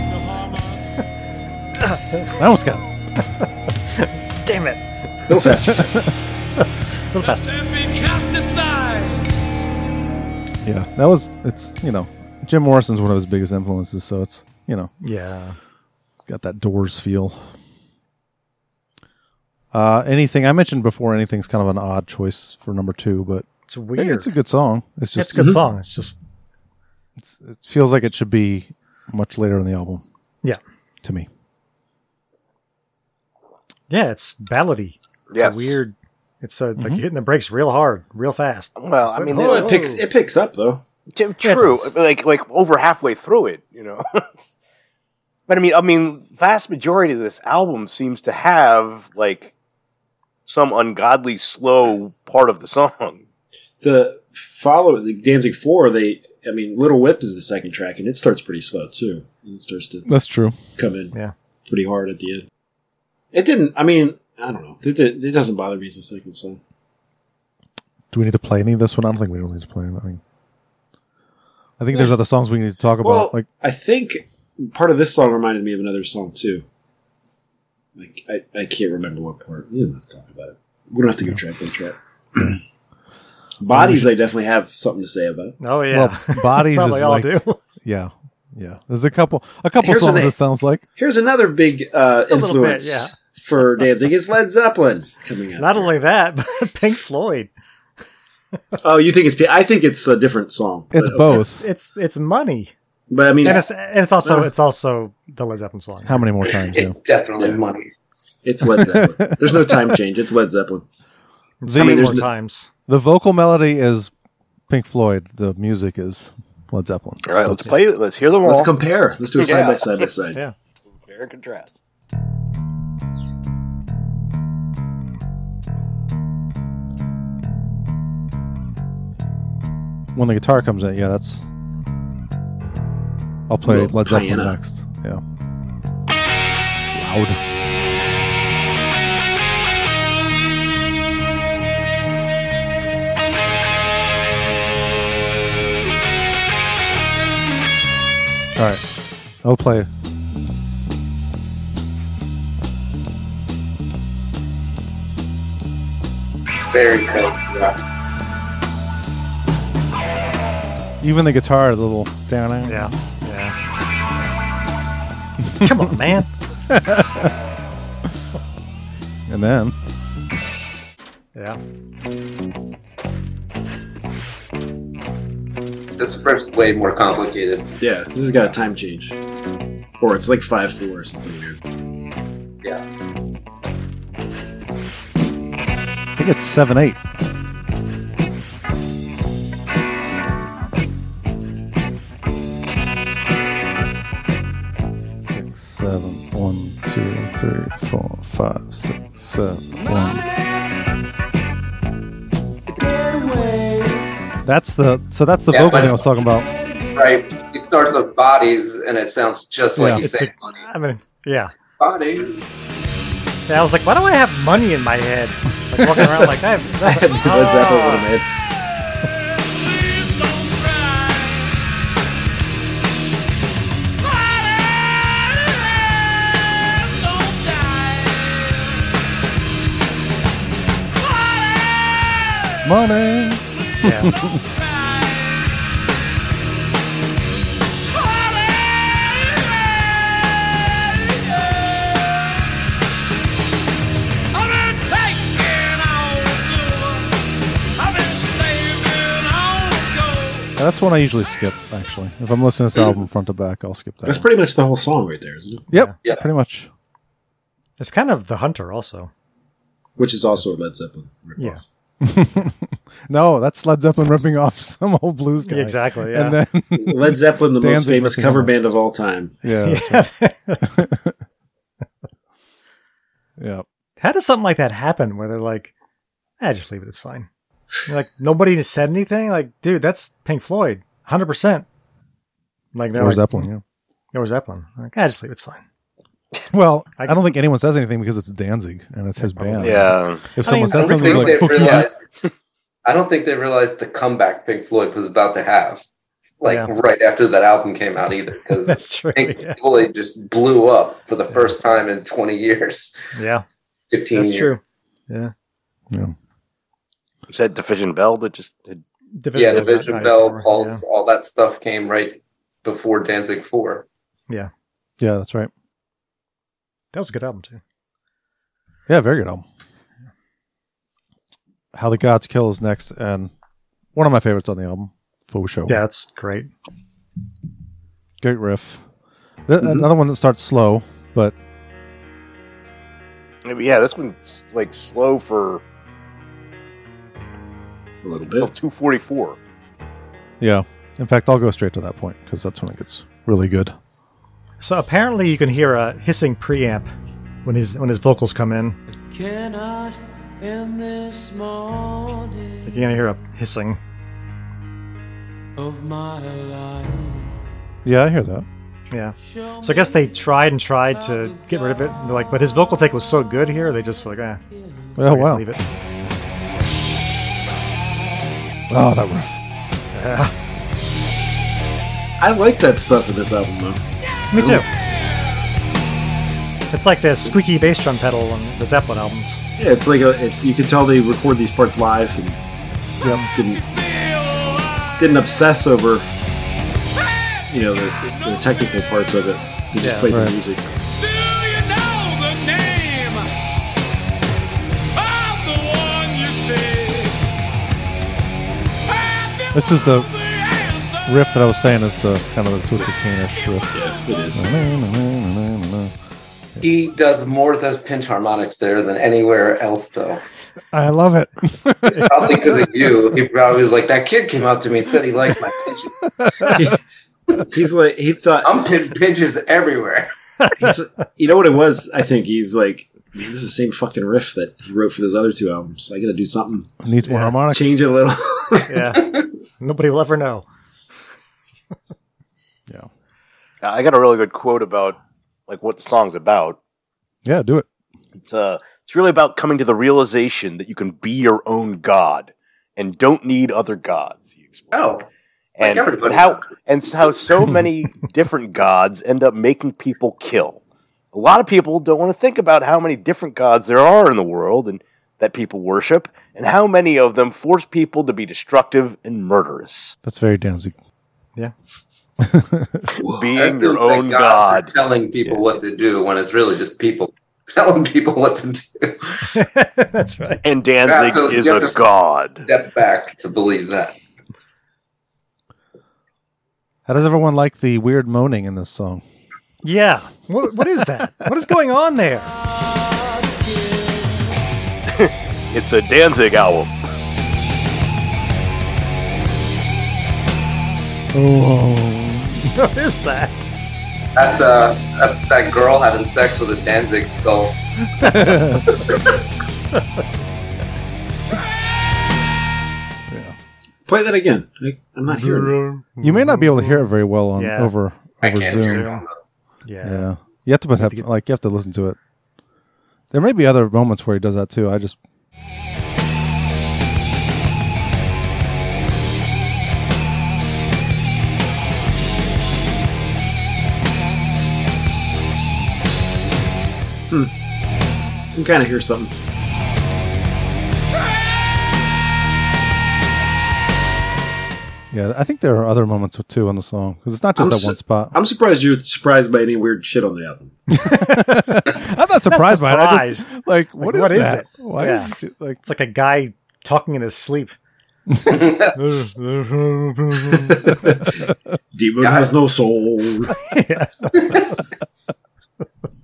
to harm us.
I almost got it.
Damn it.
no faster.
A little faster.
Let them be cast aside.
Yeah, that was. It's you know, Jim Morrison's one of his biggest influences. So it's you know,
Yeah.
It's got that Doors feel. Uh, anything I mentioned before, anything's kind of an odd choice for number two, but
It's
hey,
weird.
it's a good song. It's
It's
just
a good song. It's just
it's- it feels like it should be much later in the album
yeah.
to me.
Yeah, it's ballady. It's
Yes.
a weird it's a, like you're hitting the brakes real hard, real fast.
Well, I mean,
Well,
they-
it picks it picks up though.
T- True,
does.
like like over halfway through it, you know. but I mean, I mean, vast majority of this album seems to have like some ungodly slow part of the song.
The follow like Danzig Four. They, I mean, Little Whip is the second track, and it starts pretty slow too. And it starts to
That's true.
come in yeah pretty hard at the end. It didn't. I mean, I don't know. It, did, it doesn't bother me as a second song.
Do we need to play any of this one? I don't think we don't need to play. Any. I mean, I think there's other songs we need to talk about.
Well,
like
I think part of this song reminded me of another song too. Like I, I can't remember what part. We don't have to talk about it. We don't have to go track by track. Bodies, I definitely have something to say about.
Oh
well, bodies is
Probably all
like,
do.
yeah, yeah. There's a couple, a couple
Here's an
songs.
a-
It sounds like
Here's another big uh,
A little bit,
influence
yeah.
for Danzig is Led Zeppelin coming up.
Not only that, but Pink Floyd.
oh, you think it's? I think it's a different song.
It's
But-
both.
It's it's money.
But I mean,
and it's and it's also
uh,
it's also the Led Zeppelin song.
How many more times? Yeah.
It's definitely money.
It's Led Zeppelin. there's no time change. It's Led Zeppelin.
The-
How many more
there's no-
times?
The vocal melody is Pink Floyd. The music is Led Zeppelin.
All right, let's play it. Let's hear them all.
Let's compare. Let's do a side
Yeah.
by side by side.
Yeah.
Compare and contrast.
when the guitar comes in, yeah, that's. I'll play
Little
Led Zeppelin
piano.
next. Yeah. It's loud. All right. I'll play.
Very cool. Yeah.
Even the guitar, the little down there.
Yeah, yeah. Come on, man.
And then.
Yeah.
This part's way more complicated.
Yeah, this has got a time change. Or it's like 5 4 or something weird.
Yeah.
I think it's seven eight. Six seven one two three four five six seven one. That's the so that's the
Yeah,
vocal
but-
thing I was talking about.
Right. It starts with bodies, and it sounds just
Yeah.
like you
It's
say
a- I mean, yeah.
body.
yeah. I was like, why do I have money in my head? Like walking around like I have.
I had no Led Zeppelin would have made.
Money.
Yeah.
That's one I usually skip actually. If I'm listening to this album front to back, I'll skip that.
That's
one.
pretty much the whole song right there, isn't it?
Yep.
Yeah.
Pretty much.
Ah. It's kind of the hunter also.
Which is also a Led Zeppelin.
Yeah.
ripoff.
No, that's Led Zeppelin ripping off some old blues guy.
Yeah, exactly,
And then
Led Zeppelin, the most
Danzig
famous
ripping
cover
off.
band of all time.
Yeah. that's
Yeah.
right. yeah.
How does something like that happen where they're like, "I just leave it. It's fine." And, like nobody has said anything. Like, dude, that's Pink Floyd, hundred percent. Like, they're
Or
like,
Zeppelin, yeah.
Or Zeppelin. Like, I just leave. it, It's fine.
Well, I,
I-
don't think anyone says anything because it's Danzig and it's his band.
Yeah.
If
I
someone
mean,
I
says
don't
something
think
like
they
"Fuck you,"
realized. I don't think they realized the comeback Pink Floyd was about to have, like
Yeah.
right after that album came out, either because
That's true.
Pink
Yeah,
Floyd just blew up for the first time in 20 years,
yeah
15
that's
years.
true.
Was that Division Bell that just did?
Division
Yeah,
Bell's
Division
not
Bell,
94,
Pulse, all that stuff came right before Danzig 4.
Yeah, that's right.
That was a good album too.
Yeah, very good album. How the Gods Kill is next, and one of my favorites on the album, for sure.
Yeah, that's great.
great riff. Th- Another one that starts slow, but
Yeah, this one's like slow for
A little
till
bit.
244.
yeah. In fact, I'll go straight to that point because that's when it gets really good.
So apparently, you can hear a hissing preamp when his when his vocals come in. Cannot end this morning. You're gonna hear a hissing.
of my life.
Yeah, I hear that. Oh,
Yeah. So I guess they tried and tried to get rid of it. and they're like, but his vocal take was so good here, they just were like, eh.
Oh, wow.
Leave it.
Oh, that riff.
Yeah.
I like that stuff in this album, though.
Me too. It's like the squeaky bass drum pedal on the Zeppelin albums.
Yeah, it's like a, it, you can tell they record these parts live and didn't didn't obsess over you know the, the technical parts of it. They just
Yeah.
played
Right.
the music.
This is the riff that I was saying is the kind of the twisted canish riff.
Yeah, it is.
He does more with those pinch harmonics there than anywhere else, though.
I love it.
Probably because of you. He probably was like, that kid came up to me and said he liked my pinches.
He's like, he thought.
I'm pin- pinches everywhere.
He's- you know what it was? I think he's like, "Man, this is the same fucking riff that he wrote for those other two albums. I gotta do something.
It needs more harmonics.
Change it a little.
Yeah. Nobody will ever know.
I got a really good quote about like what the song's about.
Yeah, do it.
It's uh, it's really about coming to the realization that you can be your own god and don't need other gods. You explain.
Oh,
and
everybody.
but how and s- how so many different gods end up making people kill. A lot of people don't want to think about how many different gods there are in the world and that people worship, and how many of them force people to be destructive and murderous.
That's very Danzig.
Yeah.
That
Being
seems
your
like
own
gods are
god.
telling people what to do when it's really just people telling people what to do.
That's right.
And
Danzig Yeah, so is you have a to-
god.
Step back to believe that.
How does everyone like the weird moaning in this song?
Yeah. What, what is that? what is going on there?
It's a Danzig album.
Oh.
What is that?
That's uh, that's that girl having sex with a Danzig skull.
Play that again. I, I'm not hearing.
You may not be able to hear it very well on
Yeah.
over
I
over
can't
Zoom.
Zoom.
Yeah.
You have to put head, like you have to listen to it. There may be other moments where he does that too. I just
Hmm. I can kind of hear something.
yeah, I think there are other moments too on the song because it's not just
I'm
that
su-
one spot.
I'm surprised you're surprised by any weird shit on the album.
I'm not surprised by it. I just-
surprised.
like, what is that?
it?
Why
Yeah.
is it, like-
it's like a guy talking in his sleep.
Demon has no soul.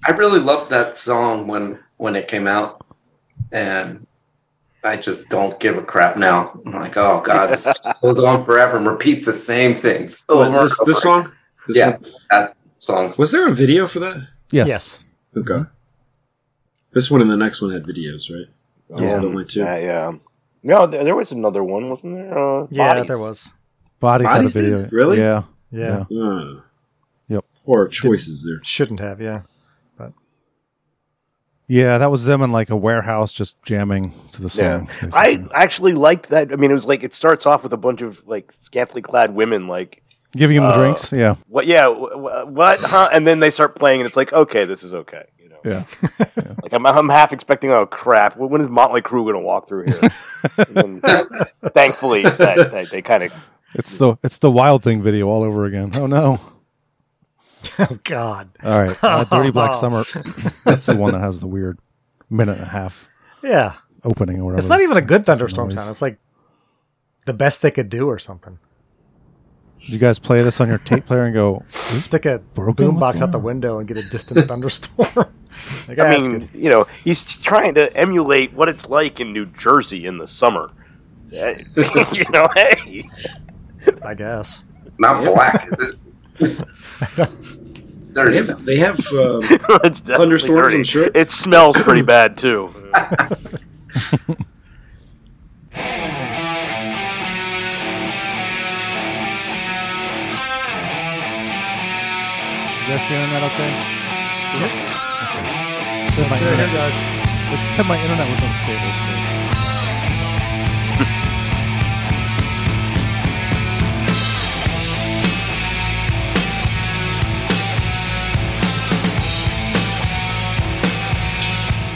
I really loved that song when when it came out, and I just don't give a crap now. I'm like, oh god, this just goes on forever and repeats the same things
What,
over and
this-
over
this
again.
song? This
yeah,
one?
that song.
Was there a video for that?
Yes.
Yes.
Okay. This one and the next one had videos, right?
Yeah.
Those are the only two.
Yeah, yeah. No, there, there was another one, wasn't there? Uh,
Yeah,
Bodies.
there was.
Bodies,
Bodies
had a
did?
video.
Really?
Yeah.
Yeah.
Uh,
Yep.
Poor choices there.
Shouldn't have, yeah. But
Yeah, that was them in like a warehouse just jamming to the song.
I actually liked that. I mean, it was like it starts off with a bunch of like scantily clad women, like
Giving him
uh,
the drinks. Yeah.
What? Yeah. wh- wh- What? Huh? And then they start playing, and it's like, okay, this is okay. You know.
Yeah.
Like I'm, I'm half expecting, oh crap, when when is Motley Crue going to walk through here? And then, thankfully, that, that they kind of
It's the it's the wild thing video all over again. Oh no.
Oh God.
All right. Uh, Dirty Black Summer. That's the one that has the weird minute and a half
Yeah.
opening or whatever.
It's not even a good
Some
thunderstorm
noise.
sound. It's like the best they could do or something.
You guys play this on your tape player and go
Stick a
broken What's
boombox
going
out the window and get a distant thunderstorm. Like, ah,
I
that's
mean, you know, he's trying to emulate what it's like in New Jersey in the summer. Uh, you know, hey.
good, I guess.
Not black, is it? It's
They
dirty.
have, they have um,
it's definitely
thunderstorms,
dirty.
I'm sure.
It smells pretty bad, too.
You guys hearing that okay?
Yep.
Okay.
Said my
There
internet
it
was-
It said my internet was unstable.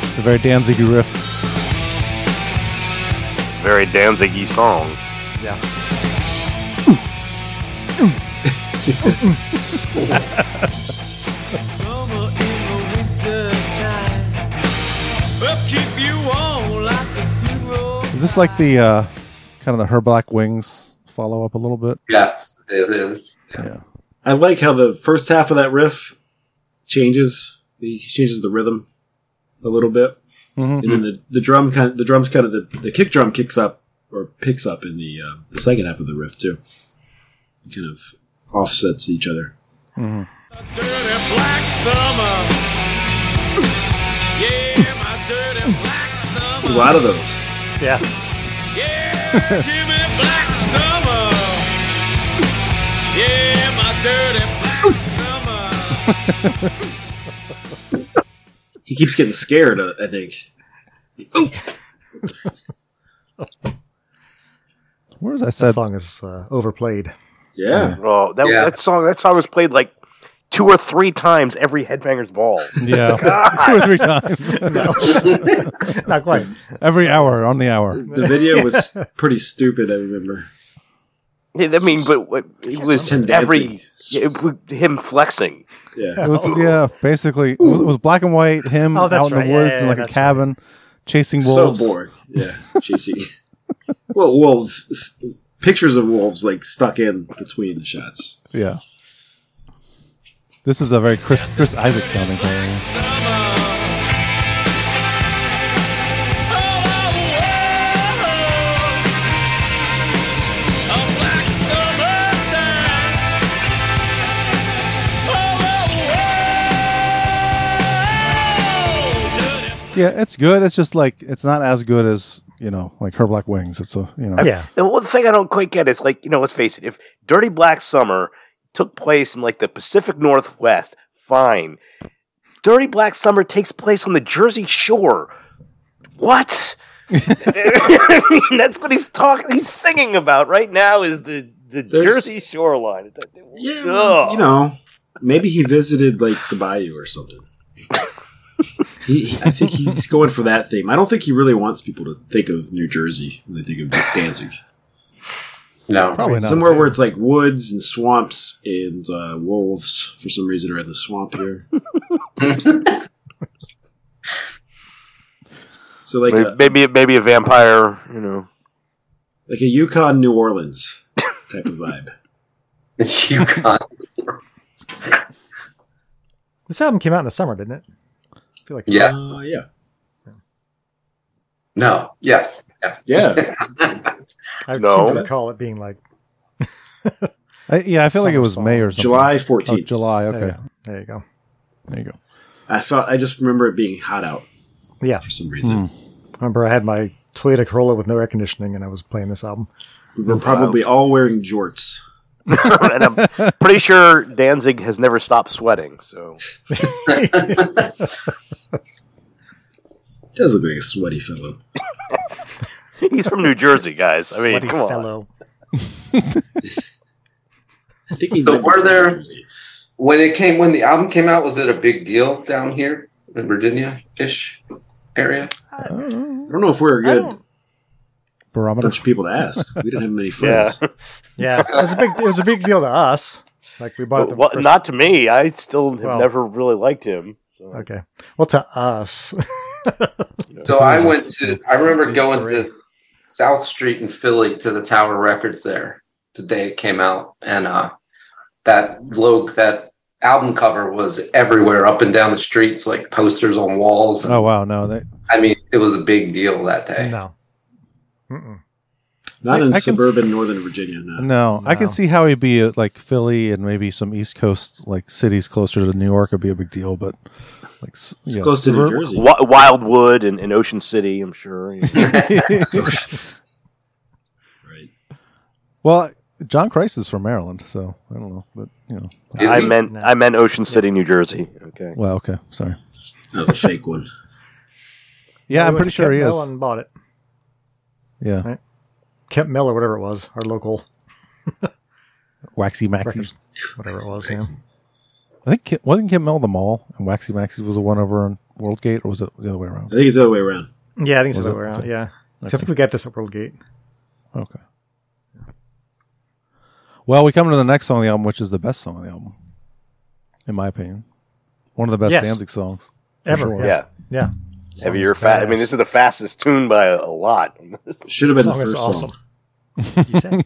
It's a very Danzig riff.
Very Danzig song.
Yeah.
Summer in the winter time will keep you warm like a hero.
Is this like the uh, kind of the Her Black Wings follow up a little bit?
Yes, it is.
Yeah.
I like how the first half of that riff changes. He changes the rhythm a little bit,
Mhm.
and then the, the drum kind the drums kind of the, the kick drum kicks up or picks up in the uh, the second half of the riff too. It kind of offsets each other.
Black summer. Yeah, my dirty black
There's
summer.
a lot of those.
Yeah.
Yeah, give me black summer. Yeah, my dirty black summer.
He keeps getting scared. uh, I think.
Where's I
That
said?
song is uh, overplayed.
Yeah.
Oh, that,
Yeah.
that song that song was played like two or three times every headbanger's ball.
Yeah,
God.
two or three times.
Not quite.
Every hour on the hour.
The video was pretty stupid. I remember.
Yeah, I mean, but what, it was
Tim
every
Danzig.
yeah, it was him flexing.
Yeah,
It was yeah, basically it was, it was black and white. Him
Oh,
out
that's
in the
right. Yeah,
woods
yeah,
in like
yeah,
a
that's
cabin, chasing
so
wolves.
boring. Yeah, JC. well, wolves. s- Pictures of wolves like stuck in between the shots.
Yeah. This is a very Chris Chris Isaac sounding thing. Yeah, it's good. It's just like it's not as good as you know, like her black wings. It's a you know.
The one thing I don't quite get is like, you know, let's face it, if Dirty Black Summer took place in like the Pacific Northwest, fine. Dirty Black Summer takes place on the Jersey Shore. What? I mean, that's what he's talking he's singing about right now is the the
There's-
Jersey shoreline. Yeah,
you know, maybe he visited like the bayou or something. he, he- I think he's going for that theme. I don't think he really wants people to think of New Jersey when they think of Danzig.
No,
Probably not.
Somewhere where it's like woods and swamps and uh, wolves for some reason are in the swamp here. so like uh, a,
maybe maybe a vampire, you know.
like a Yukon New Orleans type of vibe.
Yukon.
This album came out in the summer, didn't it? I feel like
Yes.
Uh, yeah.
No. Yes. Yes.
Yeah.
I
No.
seem to recall it being like
I, yeah, I feel like it
Summer
was
song.
May or something.
July
Oh,
14th.
July. Okay.
There you go. There you go.
There you go.
I felt I just remember it being hot out.
Yeah.
For some reason.
Remember, I had my Toyota Corolla with no air conditioning, and I was playing this album.
Hmm.
We were probably all wearing jorts.
and I'm pretty sure Danzig has never stopped sweating, so
Does look like a sweaty fellow.
he's from New Jersey, guys. I mean,
Sweaty
come on.
fellow.
I think he
So were there when it came when the album came out? Was it a big deal down here in Virginia ish area?
I don't know if we were a good
Oh. Barometer.
bunch of people to ask. We didn't have many
Yeah.
friends.
Yeah, it was a big. It was a big deal to us. Like we bought it. The
Well,
first-
not to me. I still have
Well-
never really liked him. So.
okay. Well, to us.
So I went to. I remember going to South Street in Philly to the Tower Records there the day it came out, and uh, that logo, that album cover was everywhere, up and down the streets, like posters on walls.
Oh wow, no, they,
I mean, it was a big deal that day.
No. Mm-mm.
Not
I-
in
I can
suburban Northern Virginia. No.
no, I can see how it'd be uh, like Philly and maybe some East Coast like cities closer to New York would be a big deal, but like s- yeah, suburb-
Wi- Wildwood and, and Ocean City, I'm sure.
Well, John Christ is from Maryland, so I don't know, but you know,
I meant I meant Ocean City, New Jersey. Okay.
Well, okay, sorry.
Oh, the fake one.
Yeah,
They
I'm
went
pretty
to
sure he
Kent
is.
Mill and bought it.
Yeah.
Right? Kent Mill or whatever it was, our local
Waxy Maxi.
records, whatever it was. Yeah.
I think Ki- wasn't Kim Mel the mall, and Waxy Maxi was the one over on Worldgate, or was it the other way around?
I think it's the other way around.
Yeah, I think it's
Was
the
it?
other way around.
Okay.
Yeah. So I think we got this at World Gate.
Okay. Well, we come to the next song on the album, which is the best song on the album, in my opinion. One of the best
Yes.
Danzig songs for
Ever.
sure.
Yeah.
Yeah.
Heavier, fast. I mean, this is the fastest tune by a, a lot.
Should have been the Song is first song.
awesome. You said.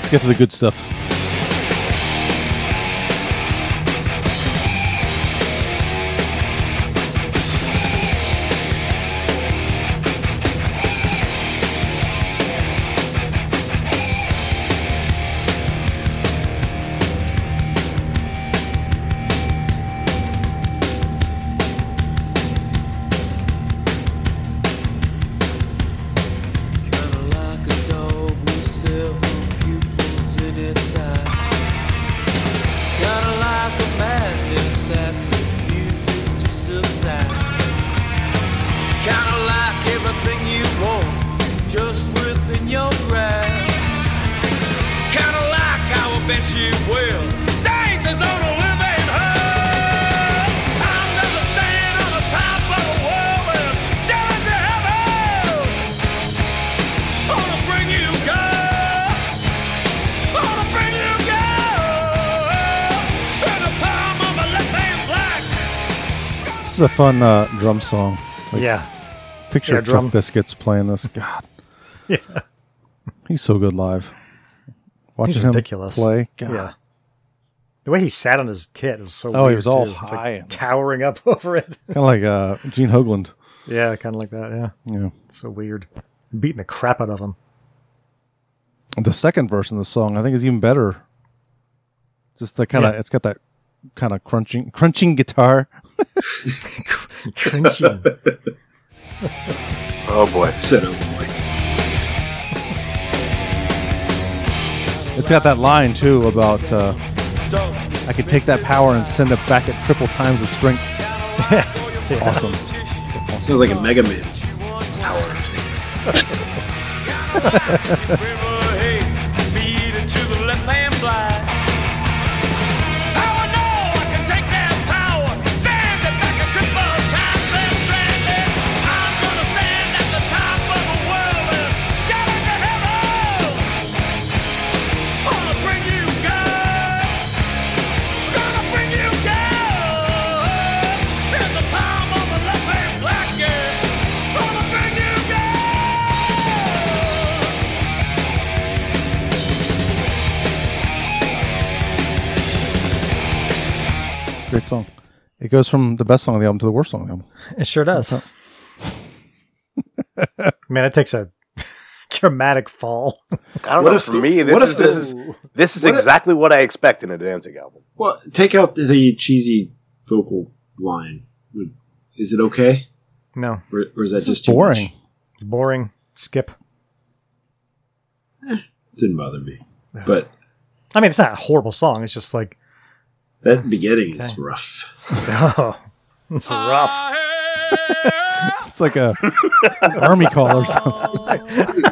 Let's get to the good stuff. This is a fun uh, drum song.
Yeah.
Picture
Yeah,
Chuck
drum.
Biscuits playing this. God,
Yeah.
he's so good live. Watching
He's
him
ridiculous.
play. God.
Yeah. The way he sat on his kit was so
Oh, he
weird,
was all
too. It's like
high and-
towering up over it.
Kind of like uh, Gene Hoagland.
yeah, kind of like that. Yeah.
Yeah.
So weird. Beating the crap out of him.
The second verse in the song, I think, is even better. Just the kind of,
Yeah.
it's got that kind of crunching, crunching guitar.
Cringy.
Oh boy.
Said oh boy.
It's got that line too about uh, I could take that power and send it back at triple times the strength. it's awesome.
Sounds like a Mega Man power. or something.
Feed it to the left hand blind. How I know I can take that power, stand it back a triple time, then stand it. I'm gonna stand at the top of the world and challenge to heaven. Gonna bring you God. Gonna bring you God. In the palm of a left hand black girl. Gonna bring you God.
Great song. It goes from the best song on the album to the worst song on the album.
It sure does. Man, it takes a dramatic fall.
I don't know. for me, this is, this is this is
what if-
exactly what I expect in a Danzig album.
Well, take out the, the cheesy vocal line. Would- Is it okay?
No.
Or, or is that
This is
just too
boring.
much?
It's boring. Skip.
Didn't bother me, but
I mean, it's not a horrible song. It's just like,
that beginning is rough.
oh, it's rough.
It's like a army call or something.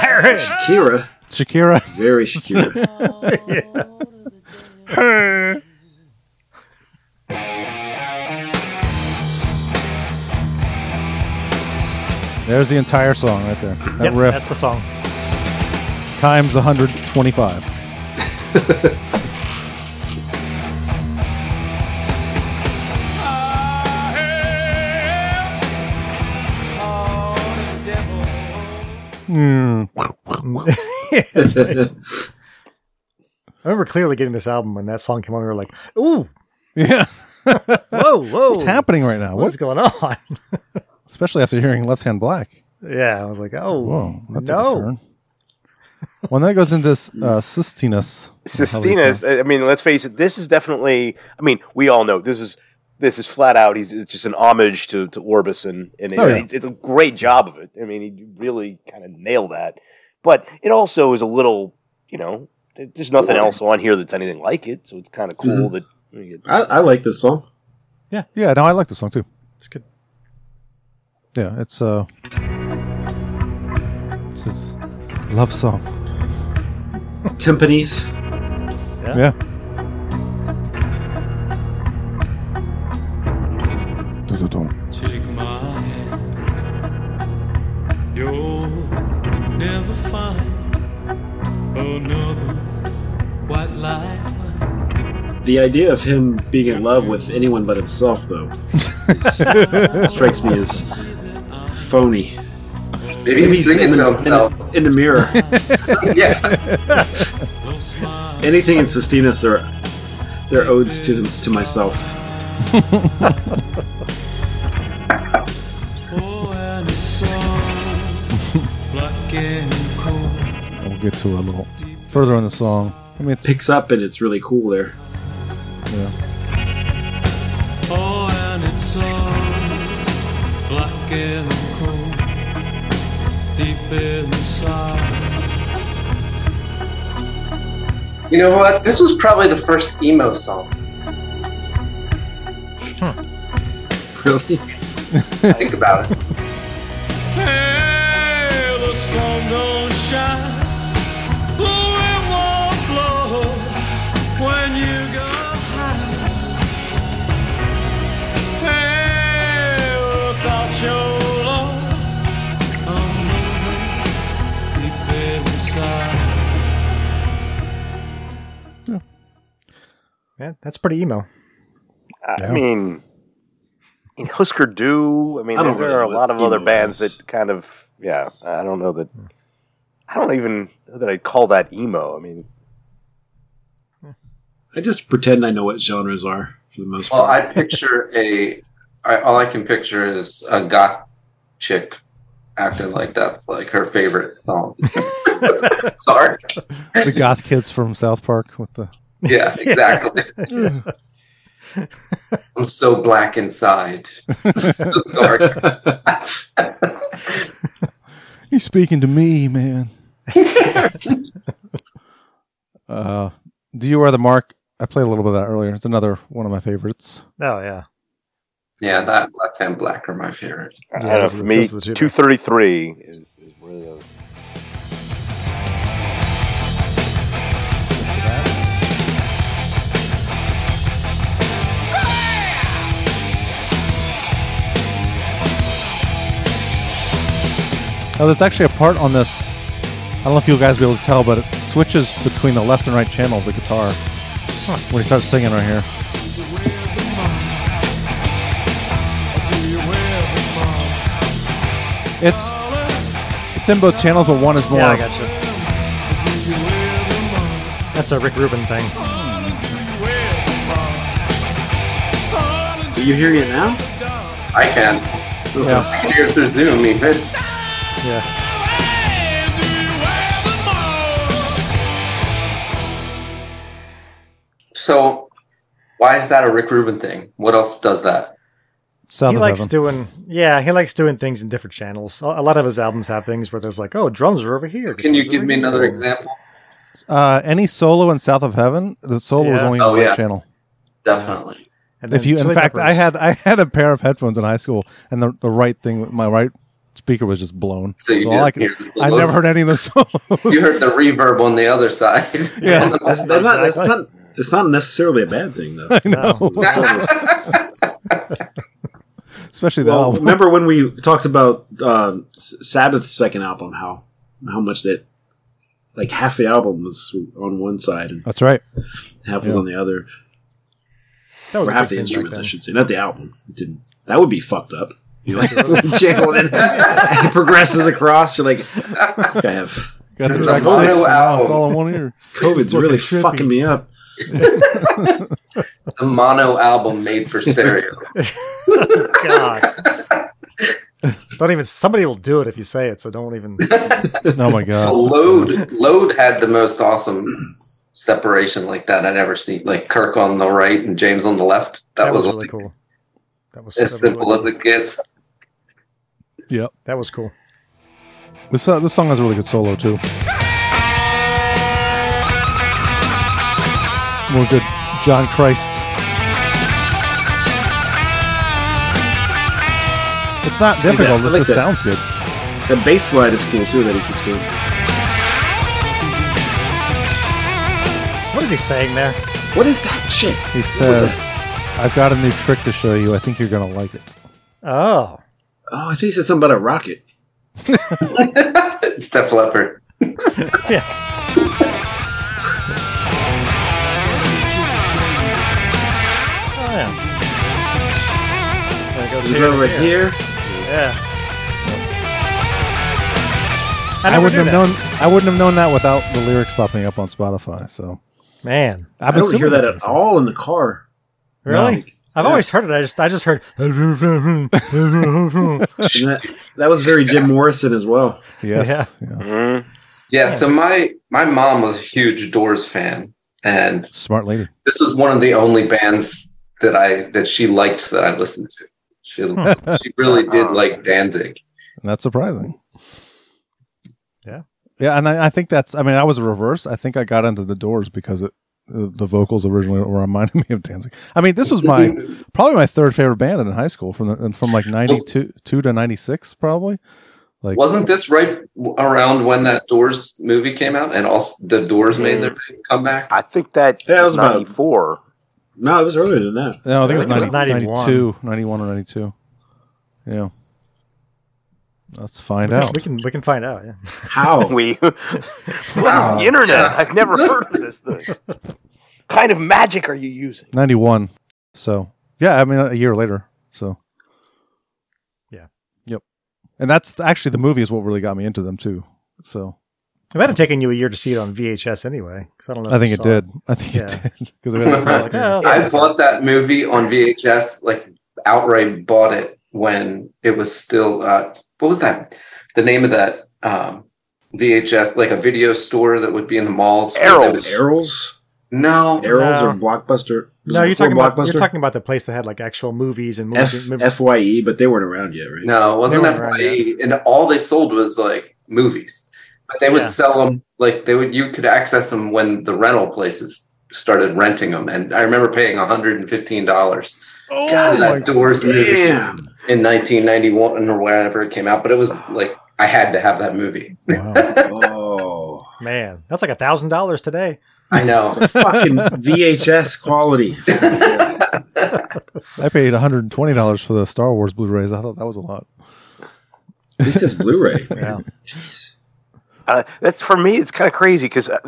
Shakira,
Shakira.
very Shakira.
Hey.
There's the entire song right there. That
Yep,
riff
that's the song.
times 125.
Yeah, that's right. I remember clearly getting this album when that song came on. We were like, ooh,
Yeah.
whoa, whoa.
What's happening right now?
What's
What-
going on?
Especially after hearing Left Hand Black.
yeah, I was like, oh,
Whoa, that took a
no.
turn. well, then it goes into uh, Sistinus.
Sistina is. I mean, let's face it. This is definitely. I mean, we all know this is this is flat out. He's it's just an homage to to Orbis, and and
Oh, yeah.
it, it's a great job of it. I mean, he really kind of nailed that. But it also is a little, you know, there- there's nothing else on here that's anything like it. So it's kind of cool
Mm-hmm.
Mhm.
that.
Uh,
I, I like this song.
Yeah.
Yeah, no, I like this song too.
It's good.
Yeah, it's uh it's his love song.
Timpanis.
Yeah. Dun-dun-dun.
Take my hand. You'll never find another white light.
The idea of him being in love with anyone but himself, though, strikes me as phony.
Maybe he's singing
in,
to
the-
himself.
in the mirror.
yeah.
Anything in Sistina's are their odes to to myself.
Oh, and it's so black and cold.
And We'll get to a little further in the song. I mean, it's,
Picks up and it's really cool there.
yeah.
Oh, and it's so black and cold. Deep inside.
You know what? This was probably the first emo song.
Really?
Think about it.
Hey, the sun don't shine. The wind won't blow when you go high. Hey, without your love, I'm lonely deep inside.
Yeah, that's pretty emo.
I mean, in Husker Du. I mean,
I
there,
don't
are a
really know
lot of
what
other
emo
bands
is.
that kind of. Yeah, I don't know that. I don't even know that I'd call that emo. I mean,
I just pretend I know what genres are for the most
Well,
part.
I picture a. I, all I can picture is a goth chick acting like that's like her favorite song. Sorry.
The goth kids from South Park with the
Yeah, exactly. I'm so black inside. so dark.
He's speaking to me, man. uh, do you wear the mark? I played a little bit of that earlier. It's another one of my favorites.
Oh yeah.
yeah, that left hand black are my favorite.
I don't know, for me, two thirty three is, is where the
Now, there's actually a part on this. I don't know if you guys will be able to tell, but it switches between the left and right channels, the guitar, when he starts singing right here. It's it's in both channels, but one is more.
Yeah, I gotcha. That's a Rick Rubin thing.
you hear it now?
I can.
Yeah.
I can hear it through Zoom even.
Ah
Yeah.
So, why is that a Rick Rubin thing? What else does that?
South
he
of
likes
Heaven.
doing yeah, he likes doing things in different channels. A a lot of his albums have things where there's like, oh, drums are over here.
Can you
guitars
give
are
me
over
another
here.
example?
Uh, any solo in South of Heaven, the solo was
Yeah.
only on
Oh,
the right
yeah.
channel.
Definitely.
And
If
then
you, in
Chili
fact, I
Peppers.
had I had a pair of headphones in high school, and the, the right thing, my right speaker was just blown.
So you
all I,
didn't
could-
hear the
I never
most-
heard any of the solos.
You heard the reverb on the other side.
Yeah.
That's, that's not, that's not. It's not necessarily a bad thing, though.
I know. Especially that
Well,
album.
remember when we talked about uh, S- Sabbath's second album? How how much that like half the album was on one side and
That's right.
half was
Yeah.
on the other,
that was
or
a
half
big
the
thing back
instruments, I
then.
should say, not the album. It didn't. That would be fucked up. You like channel it, it progresses across. You're like, I think I have
Got the
It's
back
a mono
six, and now it's
album.
all in one ear.
COVID's
Fucking
really
trippy.
fucking me up.
The mono album made for stereo.
God. Don't even. Somebody will do it if you say it. So don't even.
oh my god.
Load Load had the most awesome separation like that I'd ever seen. Like Kirk on the right and James on the left. That, was,
really cool. That was
as
that was
simple as it gets.
Yep.
That was cool.
This uh, this song has a really good solo too. More good John Christ. It's
I
not
like
difficult.
that. I
This
like
just
that.
sounds good.
That bass slide is cool too that he keeps doing.
What is he saying there?
What is that shit?
He
What was
says, "I've got a new trick to show you. I think you're gonna like it."
Oh.
Oh, I think he said something about a rocket.
Step Leopard.
Oh yeah. There it goes
It's over
and
here.
Yeah.
I,
never
wouldn't
knew
have known. I wouldn't have known that without the lyrics popping up on Spotify. So
Man,
I don't hear that at all in the car.
Really?
No.
I've
Yeah.
always heard it. I just I just heard.
And that, that was very Jim Morrison as well.
Yes.
Yeah.
Mm-hmm.
Yeah, so my my mom was a huge Doors fan, and
smart lady.
this was one of the only bands that I that she liked that I listened to. She she really did like Danzig.
And that's surprising.
Yeah.
Yeah, and I, I think that's. I mean, I was reverse. I think I got into the Doors because it, the the vocals originally were reminding me of Danzig. I mean, this was my probably my third favorite band in high school from the, and from like ninety two two to ninety six probably. Like
Wasn't this right w- around when that Doors movie came out, and also the Doors made their big comeback?
I think that
Yeah, it was about-
94.
No, it was earlier than that.
No, I think it was, 90,
91.
92, 91 or 92. Yeah. Let's find out.
We can we can find out. Yeah.
How?
We what is the internet? I've never heard of this thing. kind of magic are you using?
91. So, yeah, I mean, a year later. So,
Yeah.
Yep. And that's actually the movie is what really got me into them, too. So,
It might have taken you a year to see it on VHS anyway. 'cause I don't know.
I
if
think
you
it
saw
did. I think
Yeah.
it did. Because I mean, that's
Like, oh, okay.
I bought that movie on VHS, like outright bought it when it was still uh, what was that? The name of that um, VHS, like a video store that would be in the malls.
Errol's.
Errol's?
No,
Errol's
No.
or Blockbuster? Was
No,
it
you're
before
talking about
Blockbuster?
you're talking about the place that had like actual movies and movies.
F- FYE, but they weren't around yet, right?
No, it wasn't
They weren't
FYE, and all they sold was like movies. But they would
Yeah.
sell them like they would. You could access them when the rental places started renting them, and I remember paying one hundred and fifteen dollars
Oh,
for that Doors movie
Damn.
in nineteen ninety one or whenever it came out. But it was like I had to have that movie.
wow.
Oh.
Man, that's like a thousand dollars today.
I know.
Fucking VHS quality.
I paid $120 for the Star Wars Blu rays. I thought that was a lot.
At least it's Blu-ray.
Yeah.
Jeez.
Uh, that's for me. It's kind of crazy because I,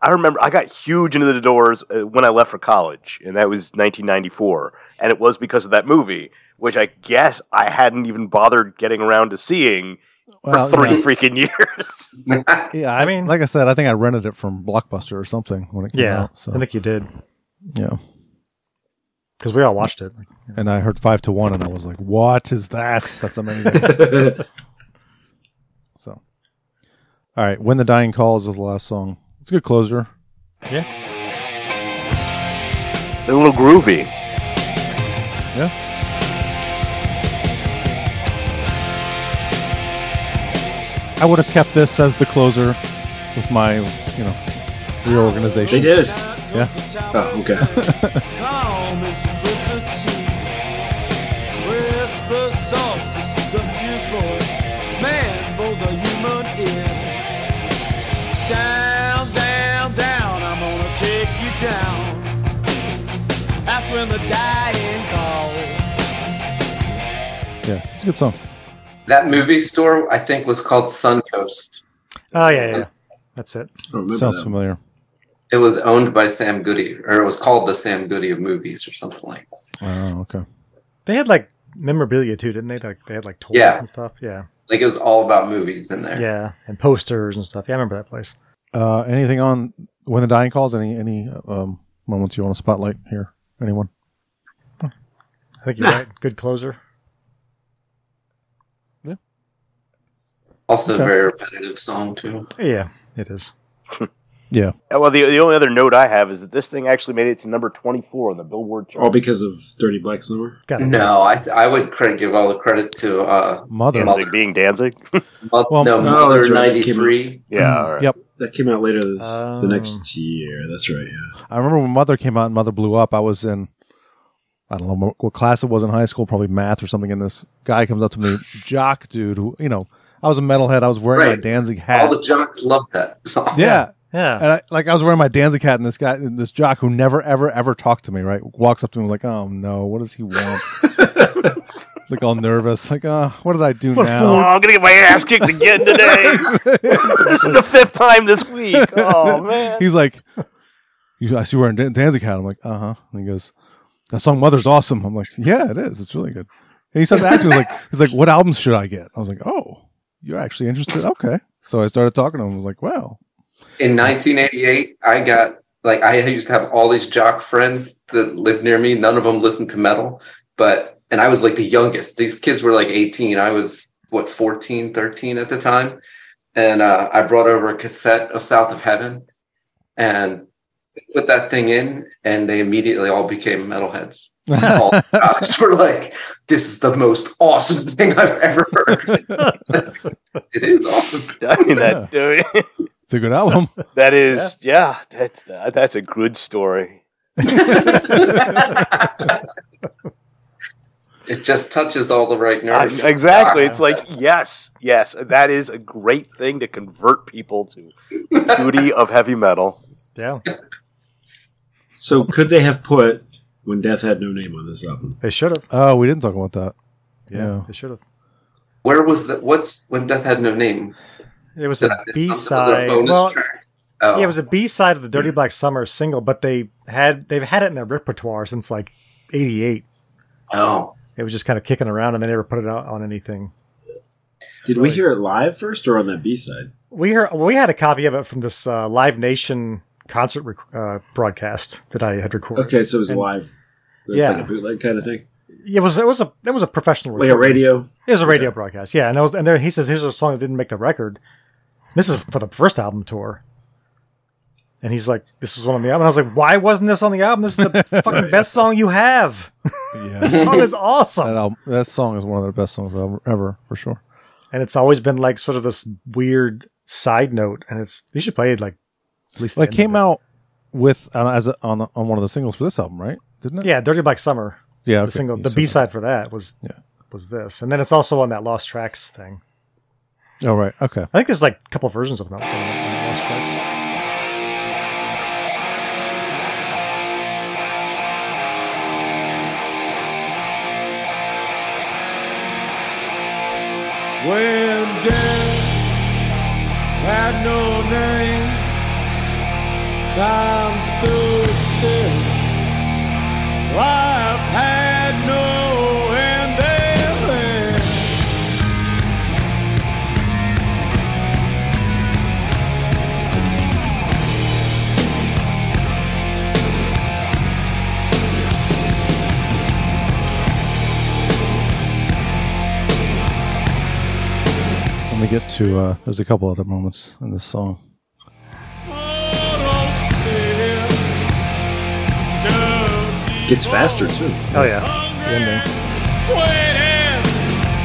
I remember I got huge into the Doors uh, when I left for college, and that was 1994, and it was because of that movie, which I guess I hadn't even bothered getting around to seeing
Well,
for three
yeah.
freaking years.
Yeah, I, mean,
mean-
like I said, I think I rented it from Blockbuster or something when it came
Yeah,
out. So,
I think you did
yeah.
because we all watched it.
And I heard five to one, and I was like, "What is that? That's amazing." so, all right, when the dying calls is the last song. It's a good closer.
Yeah,
It's a little groovy.
Yeah, I would have kept this as the closer with my, you know, reorganization.
They did.
Yeah.
Oh, okay.
Down, down, down, I'm gonna take you down. That's when the dying call.
yeah, it's a good song.
that movie store I think was called Suncoast.
Oh yeah, yeah, yeah. That's it.
I don't remember
Sounds
that.
familiar.
It was owned by Sam Goody, or it was called the Sam Goody of movies, or something like. that.
Oh, okay.
They had like memorabilia too, didn't they? Like they had like toys
Yeah.
and stuff. Yeah,
Like it was all about movies in there.
yeah, and posters and stuff. Yeah, I remember that place.
Uh, anything on when the dying calls? Any any um, moments you want to spotlight here? Anyone?
I think you're right. Good closer.
Yeah.
Also,
Okay.
a very repetitive song too.
Yeah, it is.
Yeah.
Uh, Well, the, the only other note I have is that this thing actually made it to number 24 on the Billboard chart.
All because of Dirty Black Summer.
No, I th- I would credit, give all the credit to uh,
Mother.
Danzig being Danzig.
Mother, no,
Oh,
Mother
that's right. That came out-
'93.
Yeah. all right.
Mm-hmm. Yep.
That came out later th- the
Oh.
next year. That's right. Yeah.
I remember when Mother came out and Mother blew up. I was in, I don't know what class it was in high school, probably math or something. And this guy comes up to me, jock dude, who, you know, I was a metalhead. I was wearing my
Right.
Danzig hat.
All the jocks loved that song.
yeah.
Yeah.
And I, like I was wearing my Danzig hat, and this guy, this jock who never, ever, ever talked to me, right, walks up to me and was like, "Oh no, what does he want?" It's like all nervous, like, "Uh, what did I do
What
now?"
fool.
Fool.
Oh, I'm gonna get my ass kicked again today.
this
is the fifth time this week. Oh man.
He's like, you, I see you wearing Dan- Danzig hat. I'm like, uh huh. And he goes, that song Mother's awesome. I'm like, yeah, it is. It's really good. And he starts asking me, like, he's like, what albums should I get? I was like, oh, you're actually interested? Okay. So I started talking to him. I was like, wow.
In 1988, I got like I used to have all these jock friends that lived near me. None of them listened to metal, but and I was like the youngest. These kids were like 18. I was what 14, 13 at the time, and uh, I brought over a cassette of South of Heaven, and they put that thing in, and they immediately all became metalheads. all the jocks were like, "This is the most awesome thing I've ever heard." it is awesome.
I mean, that, uh,
It's a good album.
that is, yeah, that's, uh, that's a good story.
It just touches all the right
I-
nerves. Ah.
exactly. It's like yes, yes. That is a great thing to convert people to the beauty of heavy metal.
Yeah.
So could they have put "When Death Had No Name" on this album?
They should have.
Oh, we didn't talk about that. Yeah.
They should have.
Where was the what's when death had no name?
It was
Did
a
I miss
B
some other
side.
bonus
Well,
track? Oh.
yeah, it was a B side of the Dirty Black Summer single, but they had they've had it in their repertoire since like '88.
Oh,
it was just kind of kicking around, and they never put it out on anything.
Did we hear it live first or on that B side?
We heard, we had a copy of it from this uh, Live Nation concert rec- uh, broadcast that I had recorded.
Okay, so it was
And-
live. It was
Yeah.
like a bootleg kind of thing.
It was it was a it was a professional
Like a
recording.
radio?
It was a radio broadcast, yeah. And I was and there he says here's a song that didn't make the record. This is for the first album tour. And he's like, "This is one on the album." And I was like, "Why wasn't this on the album? This is the fucking best song you have. this song is awesome."
That, album, that song is one of their best songs ever, ever for sure.
And it's always been like sort of this weird side note. And it's you should play it like at least. the
Well, it
end of
came out with uh, as a, on on one of the singles for this album, right? Didn't it?
Yeah, Dirty Black Summer.
Yeah,
the
okay,
single,
you
the
said
B side for that was
Yeah.
was this, and then it's also on that Lost Tracks thing.
Oh, right. Okay.
I think there's like a couple versions of it on, on- on Lost Tracks.
When death had no name, time stood still. Life had no ending.
Let me get to. Uh, there's a couple other moments in this song.
Gets faster too.
Oh yeah,
Waiting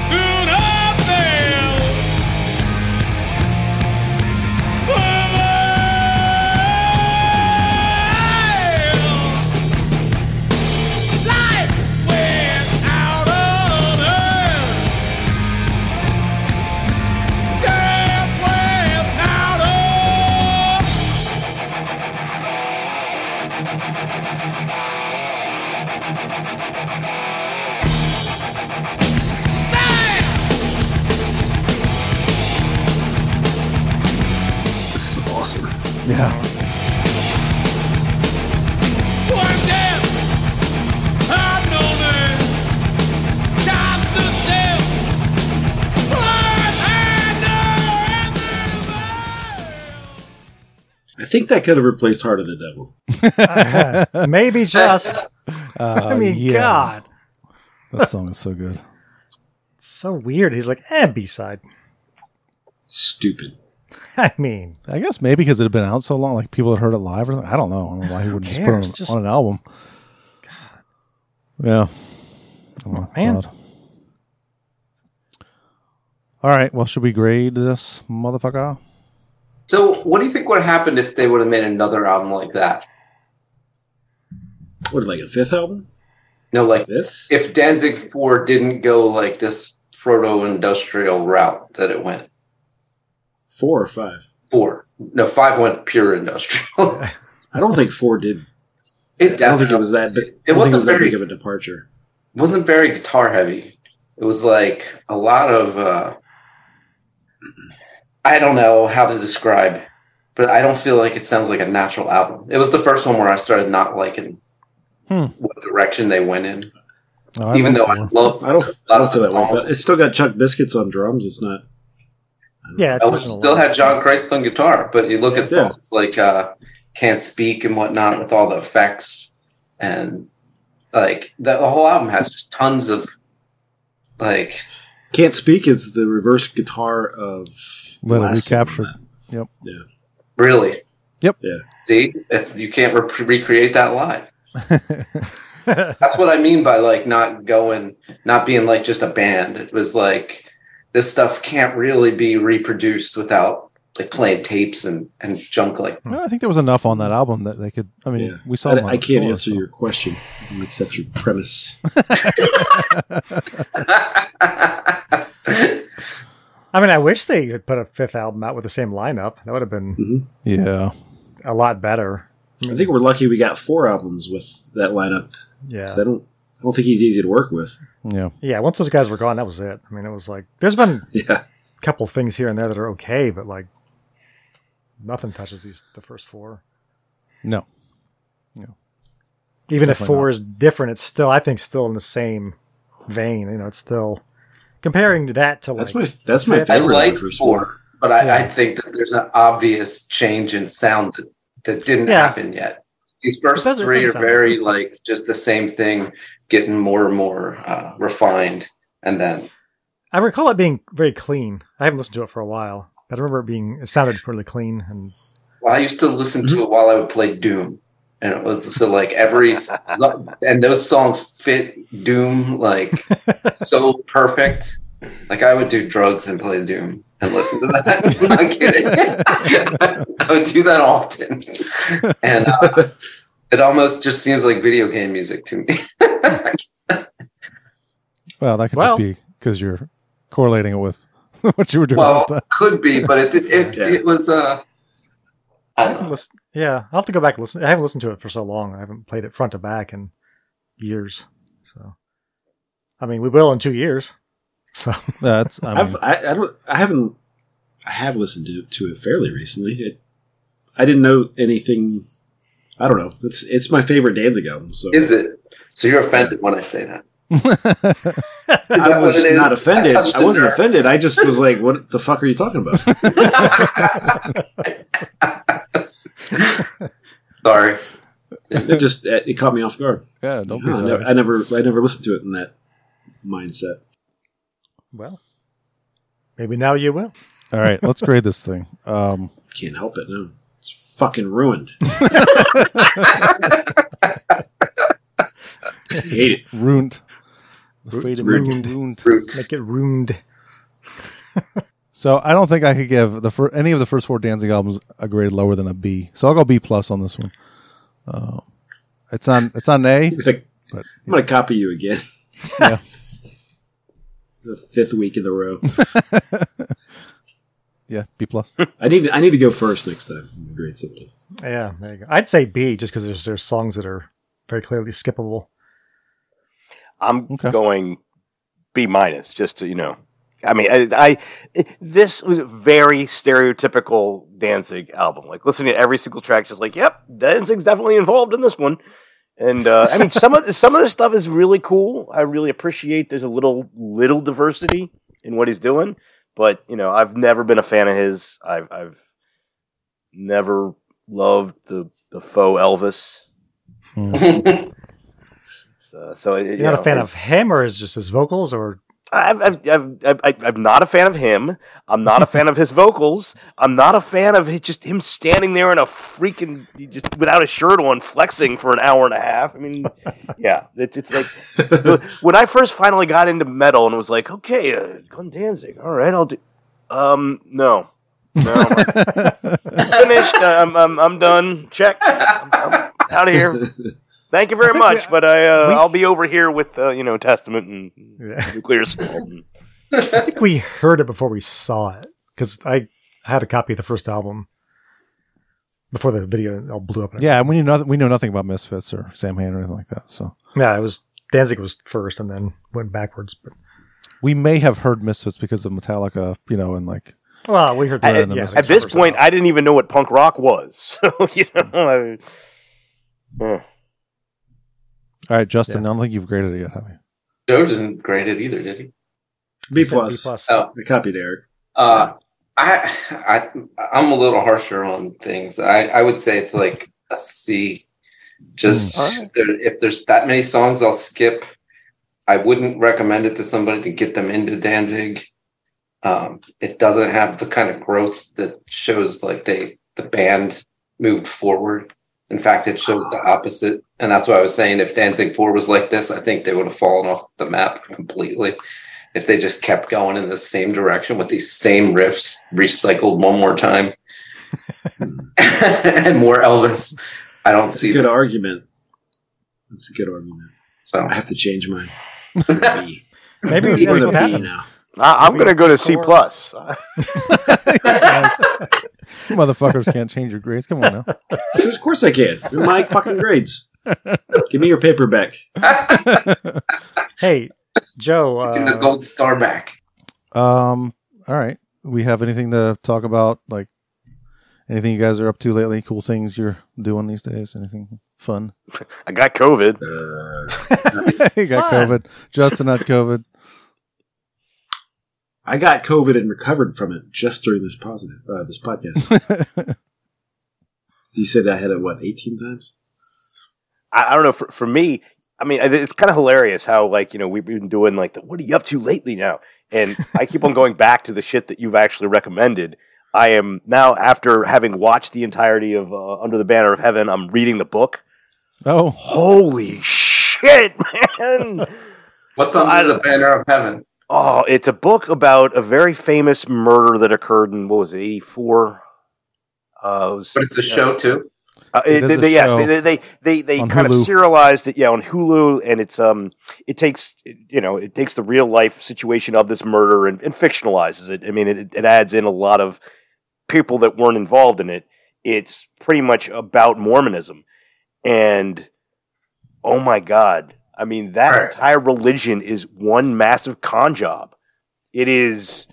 to nothing. Life went out of hand. Death went out of
This is awesome.
Yeah.
I think that could have replaced "Heart of the Devil."
maybe just. I mean,
Oh, yeah.
God,
That song is so good.
it's so weird. He's like, eh, B side.
Stupid.
I mean,
I guess maybe because it had been out so long, like people had heard it live or something. I don't know. I don't know why he
Who
wouldn't just put it on,
cares? Just-
on an album. Yeah. I don't know. It's
Man.
odd. All right. Well, should we grade this motherfucker?
So, what do you think would have happened if they would have made another album like that?
What, like a fifth album?
No, like
this.
If Danzig Four didn't go like this proto-industrial route that it went,
Four or five?
four, no, five went pure industrial.
I don't think four did.
It
I don't think it was that. But it
wasn't
wasn't it was that
very-
big of a departure.
wasn't very guitar heavy. It was like a lot of uh, I don't know how to describe, but I don't feel like it sounds like a natural album. It was the first one where I started not liking
Hmm.
what direction they went in.
No, I
Even
love
though I
four.
love,
I don't.
a
I
lot
don't
of
feel
the
that way.
songs.
But it's still got Chuck Biscuits on drums. It's not.
yeah,
I would still had John Christ on guitar, but you look at
Yeah.
songs like uh, "Can't Speak" and whatnot with all the effects, and like the, the whole album has just tons of like
Can't speak is the reverse guitar of the
Let it
last
recapture.
album.
Yep.
Yeah.
really.
Yep.
Yeah.
See, it's you can't re- recreate that live. That's what I mean by like not going, not being like just a band. It was like this stuff can't really be reproduced without like playing tapes and and junk like
Yeah, I think there was enough on that album that they could. I mean,
Yeah.
we saw.
I,
them on
I can't
tour.
answer your question. I can accept your premise.
I mean, I wish they had put a fifth album out with the same lineup. That would have been
Yeah.
a lot better.
I think we're lucky we got four albums with that lineup.
Yeah.
'Cause I don't. I don't think he's easy to work with.
Yeah.
Yeah, once those guys were gone, that was it. I mean, it was like there's been
Yeah.
a couple things here and there that are okay, but like nothing touches these the first four.
No.
Even if
Definitely
four
not.
is different, it's still I think still in the same vein. You know, it's still comparing to that to
That's
like
my- that's my
fifth-
I
favorite.
like
the first
four,
one.
but I, I think that there's an obvious change in sound that, that didn't
Yeah.
happen yet. These first
It does- it
three
does
are
sound
very like just the same thing, getting more and more uh, refined, and then
I recall it being very clean. I haven't listened to it for a while. but I remember it being it sounded really clean and
Well, I used to listen to it while I would play Doom, and it was so like every and those songs fit Doom like so perfect. Like I would do drugs and play Doom and listen to that. I'm not kidding. I would do that often, and uh, it almost just seems like video game music to me.
Well, that could just
Well-
be because you're correlating it with what you were doing.
well,
at the time.
could be, but it did- it, it was uh, I
I
don't
haven't
know.
listen- yeah, I'll have to go back and listen. I haven't listened to it for so long. I haven't played it front to back in years. So, I mean, we will in two years. So,
That's. I
I've,
mean,
I, I don't. I haven't. I have listened to to it fairly recently. It, I didn't know anything. I don't know. It's it's my favorite Danzig album. So
Is it? So you're offended when I say that? Is that
I
what
was
it is?
not offended.
touched
I
a
wasn't
nerve.
offended. I just was like, "What the fuck are you talking about?"
Sorry.
It just it, it caught me off guard.
yeah, don't be
No, I,
sorry.
never, I never I never listened to it in that mindset.
well, maybe now you will.
All right, let's grade this thing. Um,
Can't help it. No, it's fucking ruined. Hate it.
ruined.
Freedom
ruined.
Ruined.
Root.
Make it ruined.
So I don't think I could give the fir- any of the first four Danzig albums a grade lower than a B. So I'll go B plus on this one. Uh, it's on. It's on an A.
I'm gonna,
But-
I'm gonna copy you again.
Yeah.
the fifth week in a row.
Yeah, B plus.
I need I need to go first next time. Great something.
Yeah, there you go. I'd say B just because there's there's songs that are very clearly skippable.
I'm
Okay.
going B minus, just to you know. I mean, I, I this was a very stereotypical Danzig album. Like listening to every single track, just like, yep, Danzig's definitely involved in this one. And uh, I mean, some of some of this stuff is really cool. I really appreciate. There's a little little diversity in what he's doing, but you know, I've never been a fan of his. I've I've never loved the the faux Elvis. So, so it,
You're
you
not
know,
Hmm. a fan
it-
of him or is just his vocals or
I've, I've, I've, I've, I've- I'm not a fan of him. I'm not a fan of his vocals. I'm not a fan of his, just him standing there in a freaking just without a shirt on, flexing for an hour and a half. I mean, yeah, it's, it's like when I first finally got into metal and was like, okay, uh, Glenn Danzig, all right, I'll do. Um, no, no, finished. Uh, I'm, I'm, I'm done. Check. I'm, out of here. Thank you very much, but I uh, I'll be over here with uh, you know Testament and Nuclear Assault and
I think we heard it before we saw it because I had a copy of the first album before the video all blew up.
Yeah, and we knew nothing. We know nothing about Misfits or Sam Hain or anything like that. So
yeah, it was Danzig was first, and then went backwards. But
we may have heard Misfits because of Metallica, you know, and like
well, we heard
At-
that in the
yeah,
music
at this
first.
point, I didn't even know what punk rock was. So you know, I mean, yeah.
all right, Justin, I don't think you've graded it yet, have you?
Joe didn't grade it either, did he?
B plus.
Oh.
I copied Eric.
Uh, I, I, I'm a little harsher on things. I, I would say it's like a C. Just there, if there's that many songs, I'll skip. I wouldn't recommend it to somebody to get them into Danzig. Um, it doesn't have the kind of growth that shows like they the band moved forward. In fact, it shows the opposite, and that's why I was saying if Danzig Four was like this, I think they would have fallen off the map completely if they just kept going in the same direction with these same riffs recycled one more time and more Elvis. I don't
That's
see
a good
that.
argument. That's a good argument.
So
I have to change mine.
Maybe
Or
that's
the
what
B
happened.
now.
I, I'm going to go to C plus.
You motherfuckers can't change your grades. Come on now.
of course I can. They're my fucking grades. Give me your paper back.
hey, Joe,
Give the
uh,
gold star back.
Um. All right. We have anything to talk about? Like anything you guys are up to lately? Cool things you're doing these days? Anything fun?
I got COVID.
Uh,
you got
Fun.
COVID. Justin had COVID.
I got COVID and recovered from it just during this positive uh, this podcast. so you said I had it what eighteen times?
I, I don't know. For, for me, I mean, I- it's kind of hilarious how like you know we've been doing like the what are you up to lately now, and I keep on going back to the shit that you've actually recommended. I am now after having watched the entirety of uh, Under the Banner of Heaven. I'm reading the book.
Oh,
holy shit, man!
What's under the banner of heaven?
Oh, it's a book about a very famous murder that occurred in what was it, eighty four. Uh, it was-
But it's a show too.
Uh,
It
it,
is
they,
a
they- yes,
show
they they they, they, they
on
kind
Hulu.
of serialized it, yeah, on Hulu, and it's um, it takes you know, it takes the real life situation of this murder and, and fictionalizes it. I mean, it, it adds in a lot of people that weren't involved in it. It's pretty much about Mormonism, and oh my god, I mean, that entire religion is one massive con job. It is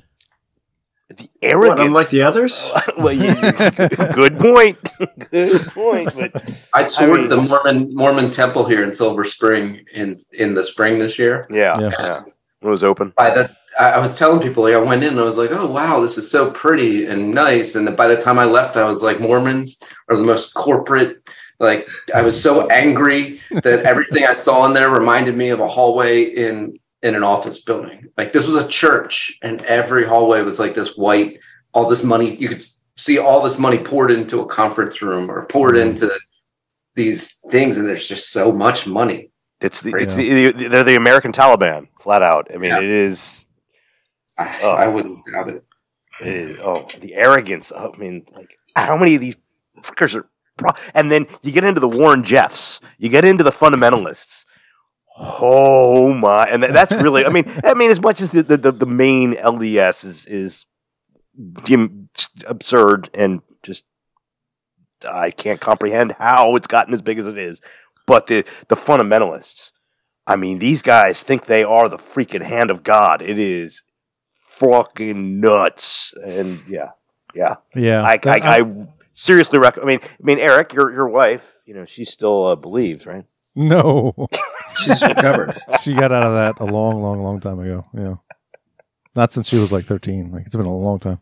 the arrogance.
unlike the others?
well, you- you- good point. good point. But
I toured
mean-
the Mormon Mormon temple here in Silver Spring in in the spring this year.
Yeah, yeah. It was open.
By the I I was telling people like I went in and I was like, oh wow, this is so pretty and nice. And by the time I left, I was like, Mormons are the most corporate. Like I was so angry that everything I saw in there reminded me of a hallway in in an office building. Like this was a church, and every hallway was like this white. All this money you could see all this money poured into a conference room or poured
Mm-hmm.
into these things, and there's just so much money.
It's the, It's the, the- they're the American Taliban, flat out. I mean, it is.
I,
Oh.
I wouldn't doubt it.
is- oh, the arrogance. I mean, like how many of these fuckers are? Pro- and then you get into the Warren Jeffs. You get into the fundamentalists. Oh my! And tha- that's really. I mean, I mean, as much as the the, the, the main LDS is is dim- just absurd and just I can't comprehend how it's gotten as big as it is. But the the fundamentalists. I mean, these guys think they are the freaking hand of God. It is fucking nuts. And yeah, yeah,
Yeah.
I,
That-
I, I seriously recommend. I mean, I mean, Eric, your your wife, you know, she still uh, believes, right?
No.
She's recovered.
she got out of that a long, long, long time ago. Yeah. Not since she was like 13. Like it's been a long time.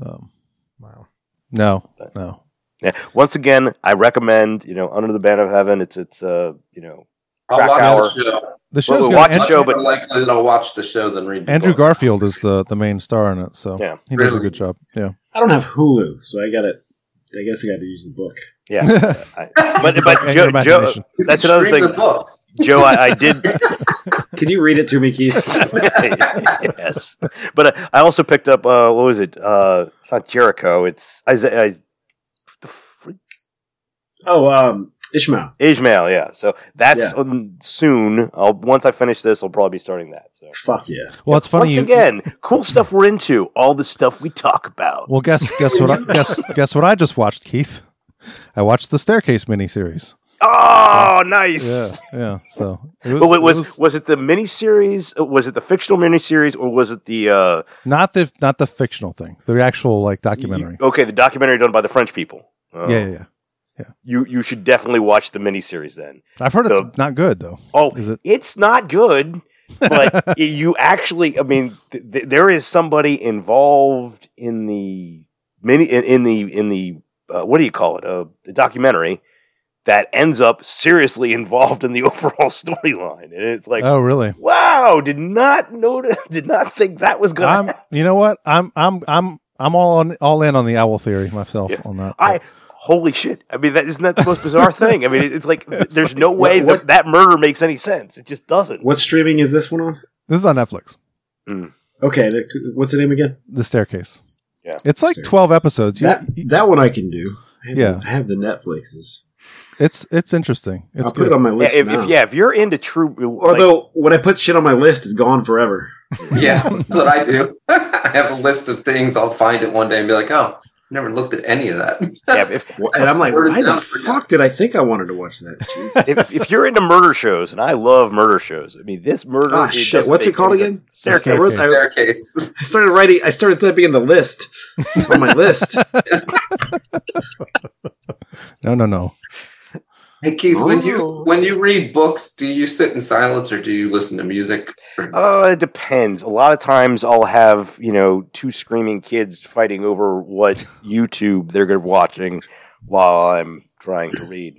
Um,
wow.
No. No.
Yeah. Once again, I recommend you know Under the Banner of Heaven. It's it's uh you know
I'll
crack
watch
hour.
the show.
the show's
we'll
gonna
watch
end-
the show, but likely that I'll watch the show than read. the
Andrew
book.
Garfield is the, the main star in it, so
Yeah.
he does a
Really?
good job. Yeah.
I don't have Hulu, so I got to I guess I got to use the book.
Yeah.
I- but but Joe, Joe, that's another thing. Joe, I, I did.
Can you read it to me, Keith?
yes, but I, I also picked up uh, what was it? Uh, it's not Jericho. It's uh, Isaiah. I,
Oh, um, Ishmael.
Ishmael, yeah. So that's
Yeah.
on soon. I'll, once I finish this, I'll probably be starting that. So
fuck yeah.
Well, it's funny
Once
you-
again, cool stuff we're into. All the stuff we talk about.
Well, guess guess what? I, guess guess what? I just watched Keith. I watched the Staircase miniseries.
Oh, nice.
Yeah, yeah. So it
But wait, was, was it the miniseries? Uh, Was it the fictional miniseries, or was it the uh,
not the not the fictional thing, the actual like documentary.
okay the documentary done by the French people? Oh.
yeah, yeah, yeah.
You you should definitely watch the miniseries then.
I've heard
The-
it's not good though.
Oh,
Is it-
it's not good, but y- you actually, I mean, th- th- there is somebody involved in the mini in, in the in the uh, what do you call it? Uh, the documentary that ends up seriously involved in the overall storyline, and it's like,
oh, really?
wow, did not notice, did not think that was going.
I'm.
to
You know what? I'm. I'm. I'm. I'm all on all in on the owl theory myself on that.
I holy shit! I mean, that isn't that the most bizarre thing? I mean, it- it's like th- there's no way
what-
that that murder makes any sense. It just doesn't.
What streaming is this one on?
This is on Netflix.
Okay, the, what's the name again?
The staircase.
Yeah.
It's like
Staircase.
twelve episodes. You-
That that one I can do. I have,
Yeah.
I have the Netflixes.
it's it's interesting. It's
I'll put
good.
it on my list
if,
now.
if, yeah, if you're into true,
Although when I put shit on my list, it's gone forever.
Yeah, that's what I do. I have a list of things. I'll find it one day and be like, oh, never looked at any of that.
yeah, if,
And I'm like,
Word
why the
down.
fuck did I think I wanted to watch that? Jesus.
if, if you're into murder shows, and I love murder shows, I mean this murder.
Ah,
it
shit.
doesn't
What's it
make
called
any
again?
sense. Staircase.
I, wrote- I-
Staircase.
I started writing. I started typing in the list on my list.
No, no, no.
Hey Keith, when you when you read books, do you sit in silence or do you listen to music?
Uh, it depends. A lot of times, I'll have you know two screaming kids fighting over what YouTube they're gonna be watching while I'm trying to read.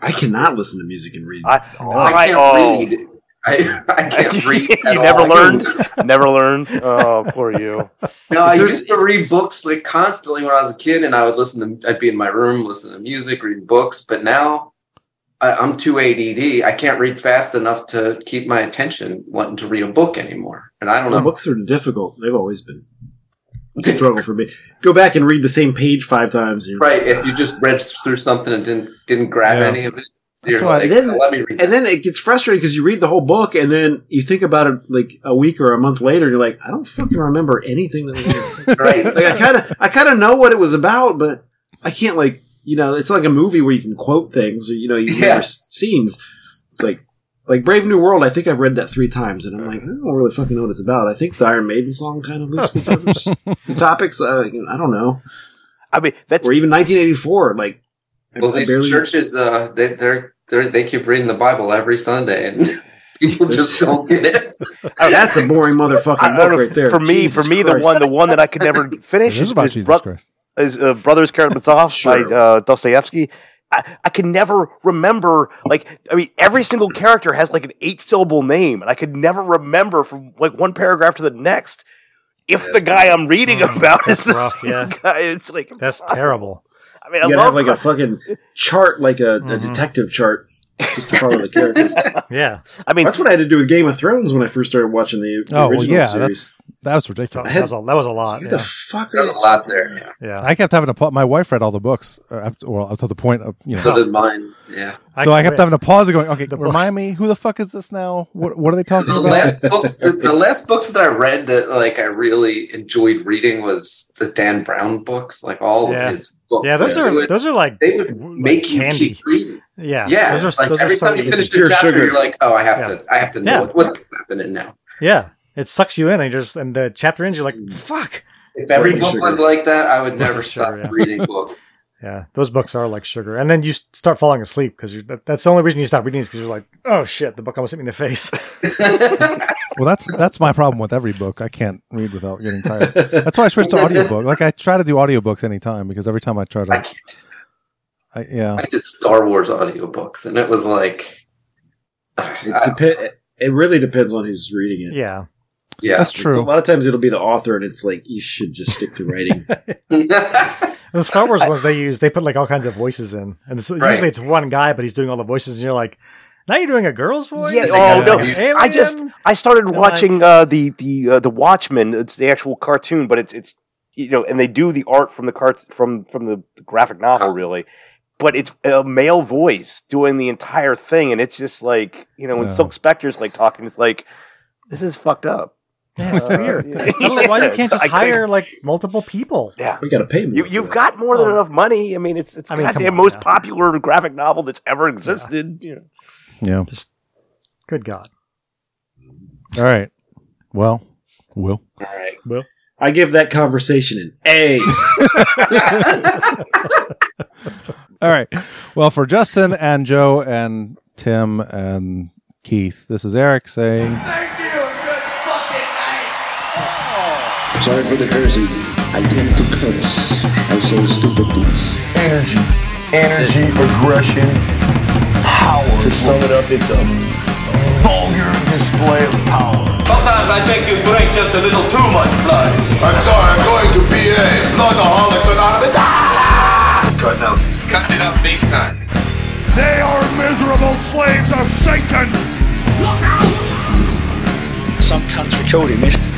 I cannot listen to music and read.
I,
I can't
oh.
read. I, I can't read. at
you never
all.
learn. never learn. Oh, poor you.
No, I
If there's-
used to read books like constantly when I was a kid, and I would listen to. I'd be in my room listening to music, reading books. But now, I, I'm too ADD. I can't read fast enough to keep my attention wanting to read a book anymore. And I don't
Well,
know.
books are difficult. They've always been a struggle for me. Go back and read the same page five times. and you're
Right? If you just read through something and didn't didn't grab
Mm-hmm. Yeah.
any of it, you're
why-
like,
then-
let me read.
And then it gets frustrating because you read the whole book and then you think about it like a week or a month later, and you're like, I don't fucking remember anything that was
there. right?
like I kind of I kind of know what it was about, but I can't like you know it's like a movie where you can quote things or you know you
Yeah.
remember s scenes. It's like like Brave New World. I think I've read that three times, and I'm like I don't really fucking know what it's about. I think the Iron Maiden song kind of loosely covers the topics. Uh, you know, I don't know,
I mean that's
or even 1984. Like I-
Well,
I
these
barely-
churches, uh, they, they're, they're they keep reading the Bible every Sunday, and people just don't get it.
Oh, that's a boring
I-
motherfucking book
I don't know,
right there.
For me,
Jesus
for me, the
Christ.
one, the one that I could never finish
It is about Jesus
bro-
Christ.
is uh, Brothers Karamazov by uh, Dostoevsky. I, I can never remember. Like, I mean, every single character has like an eight-syllable name, and I could never remember from like one paragraph to the next if the guy I'm reading
Hmm.
about is the
rough,
same
yeah.
guy. It's like
That's terrible.
I mean, I
You gotta
love
have like a fucking chart, like a, a
Mm-hmm.
detective chart, just to follow the characters.
Yeah.
I mean,
that's what I had to do with Game of Thrones when I first started watching the
Oh well,
original
yeah.
series.
That's that was
So
ridiculous.
that, was a, that was a lot.
Who
Yeah.
the fuck are
There's a lot there. Yeah.
yeah.
I kept having to. Pa- my wife read all the books, uh, up to- well, up to the point of you know.
So did mine. Yeah.
so I kept
quit.
having to pause and going, okay, remind
books.
me, who the fuck is this now? What what are they talking
The
about?
last books, the, the last books that I read that like I really enjoyed reading was the Dan Brown books, like all
Yeah.
of his books.
Yeah, those
They
are
would-
those are like
they would
like
make you
candy.
keep reading.
Yeah,
yeah.
Those are
like
those
every
are so
time you
easy.
finish a chapter, you're like, oh, I have
Yeah.
to, I have to know
Yeah.
what- what's happening now.
yeah, it sucks you in, and you just and the chapter ends. You're like,
Mm.
fuck.
If every
Like
book
sugar.
was like that, I would never
Like
stop
sugar, yeah.
reading books.
Yeah, those books are like sugar, and then you s- start falling asleep because that's the only reason you stop reading is because you're like, oh shit, the book almost hit me in the face.
Well, that's that's my problem with every book. I can't read without getting tired. That's why I switched to audiobook. Like I try to do audiobooks anytime because every time I try to,
I can't
I, yeah,
I did Star Wars audiobooks, and it was like
It, depe- it really depends on who's reading it.
Yeah.
Yeah.
That's
Like,
true.
A lot of times it'll be the author, and it's like you should just stick to writing.
The Star Wars ones they use, they put like all kinds of voices in, and it's,
Right.
usually it's one guy, but he's doing all the voices, and you're like, now you're doing a girl's voice.
Yeah,
Like,
oh no!
like, an
I just
alien?
I started
And, like-
watching uh, the the uh, the Watchmen. It's the actual cartoon, but it's it's you know, and they do the art from the cart from from the graphic novel, really. But it's a male voice doing the entire thing, and it's just like you know, when
Yeah.
Silk Spectre's like talking, it's like this is fucked up.
Yeah, it's
Uh,
weird.
yeah.
I don't know why you can't
So
just
I couldn't-
hire like multiple people.
Yeah,
We gotta pay more
You,
for
you've
that.
got more than enough money. I mean, it's it's
Oh. I mean, come
goddamn
on
most
now.
popular graphic novel that's ever existed. You know.
Yeah.
Just good God.
All right. Well, Will.
All right.
Well,
I give that conversation an A.
All right. Well, for Justin and Joe and Tim and Keith, this is Eric saying.
Sorry for the cursing. I tend to curse. I say stupid things.
Energy. Energy, aggression, power. To sum it up, it's a vulgar display of power.
Sometimes I think you drink just a little too much blood. I'm sorry, I'm going to be a bloodaholic anonymous. Ah! Cutting up. Cutting it up big time.
They are miserable slaves of Satan. Look out!
Some cunts are Cody, man.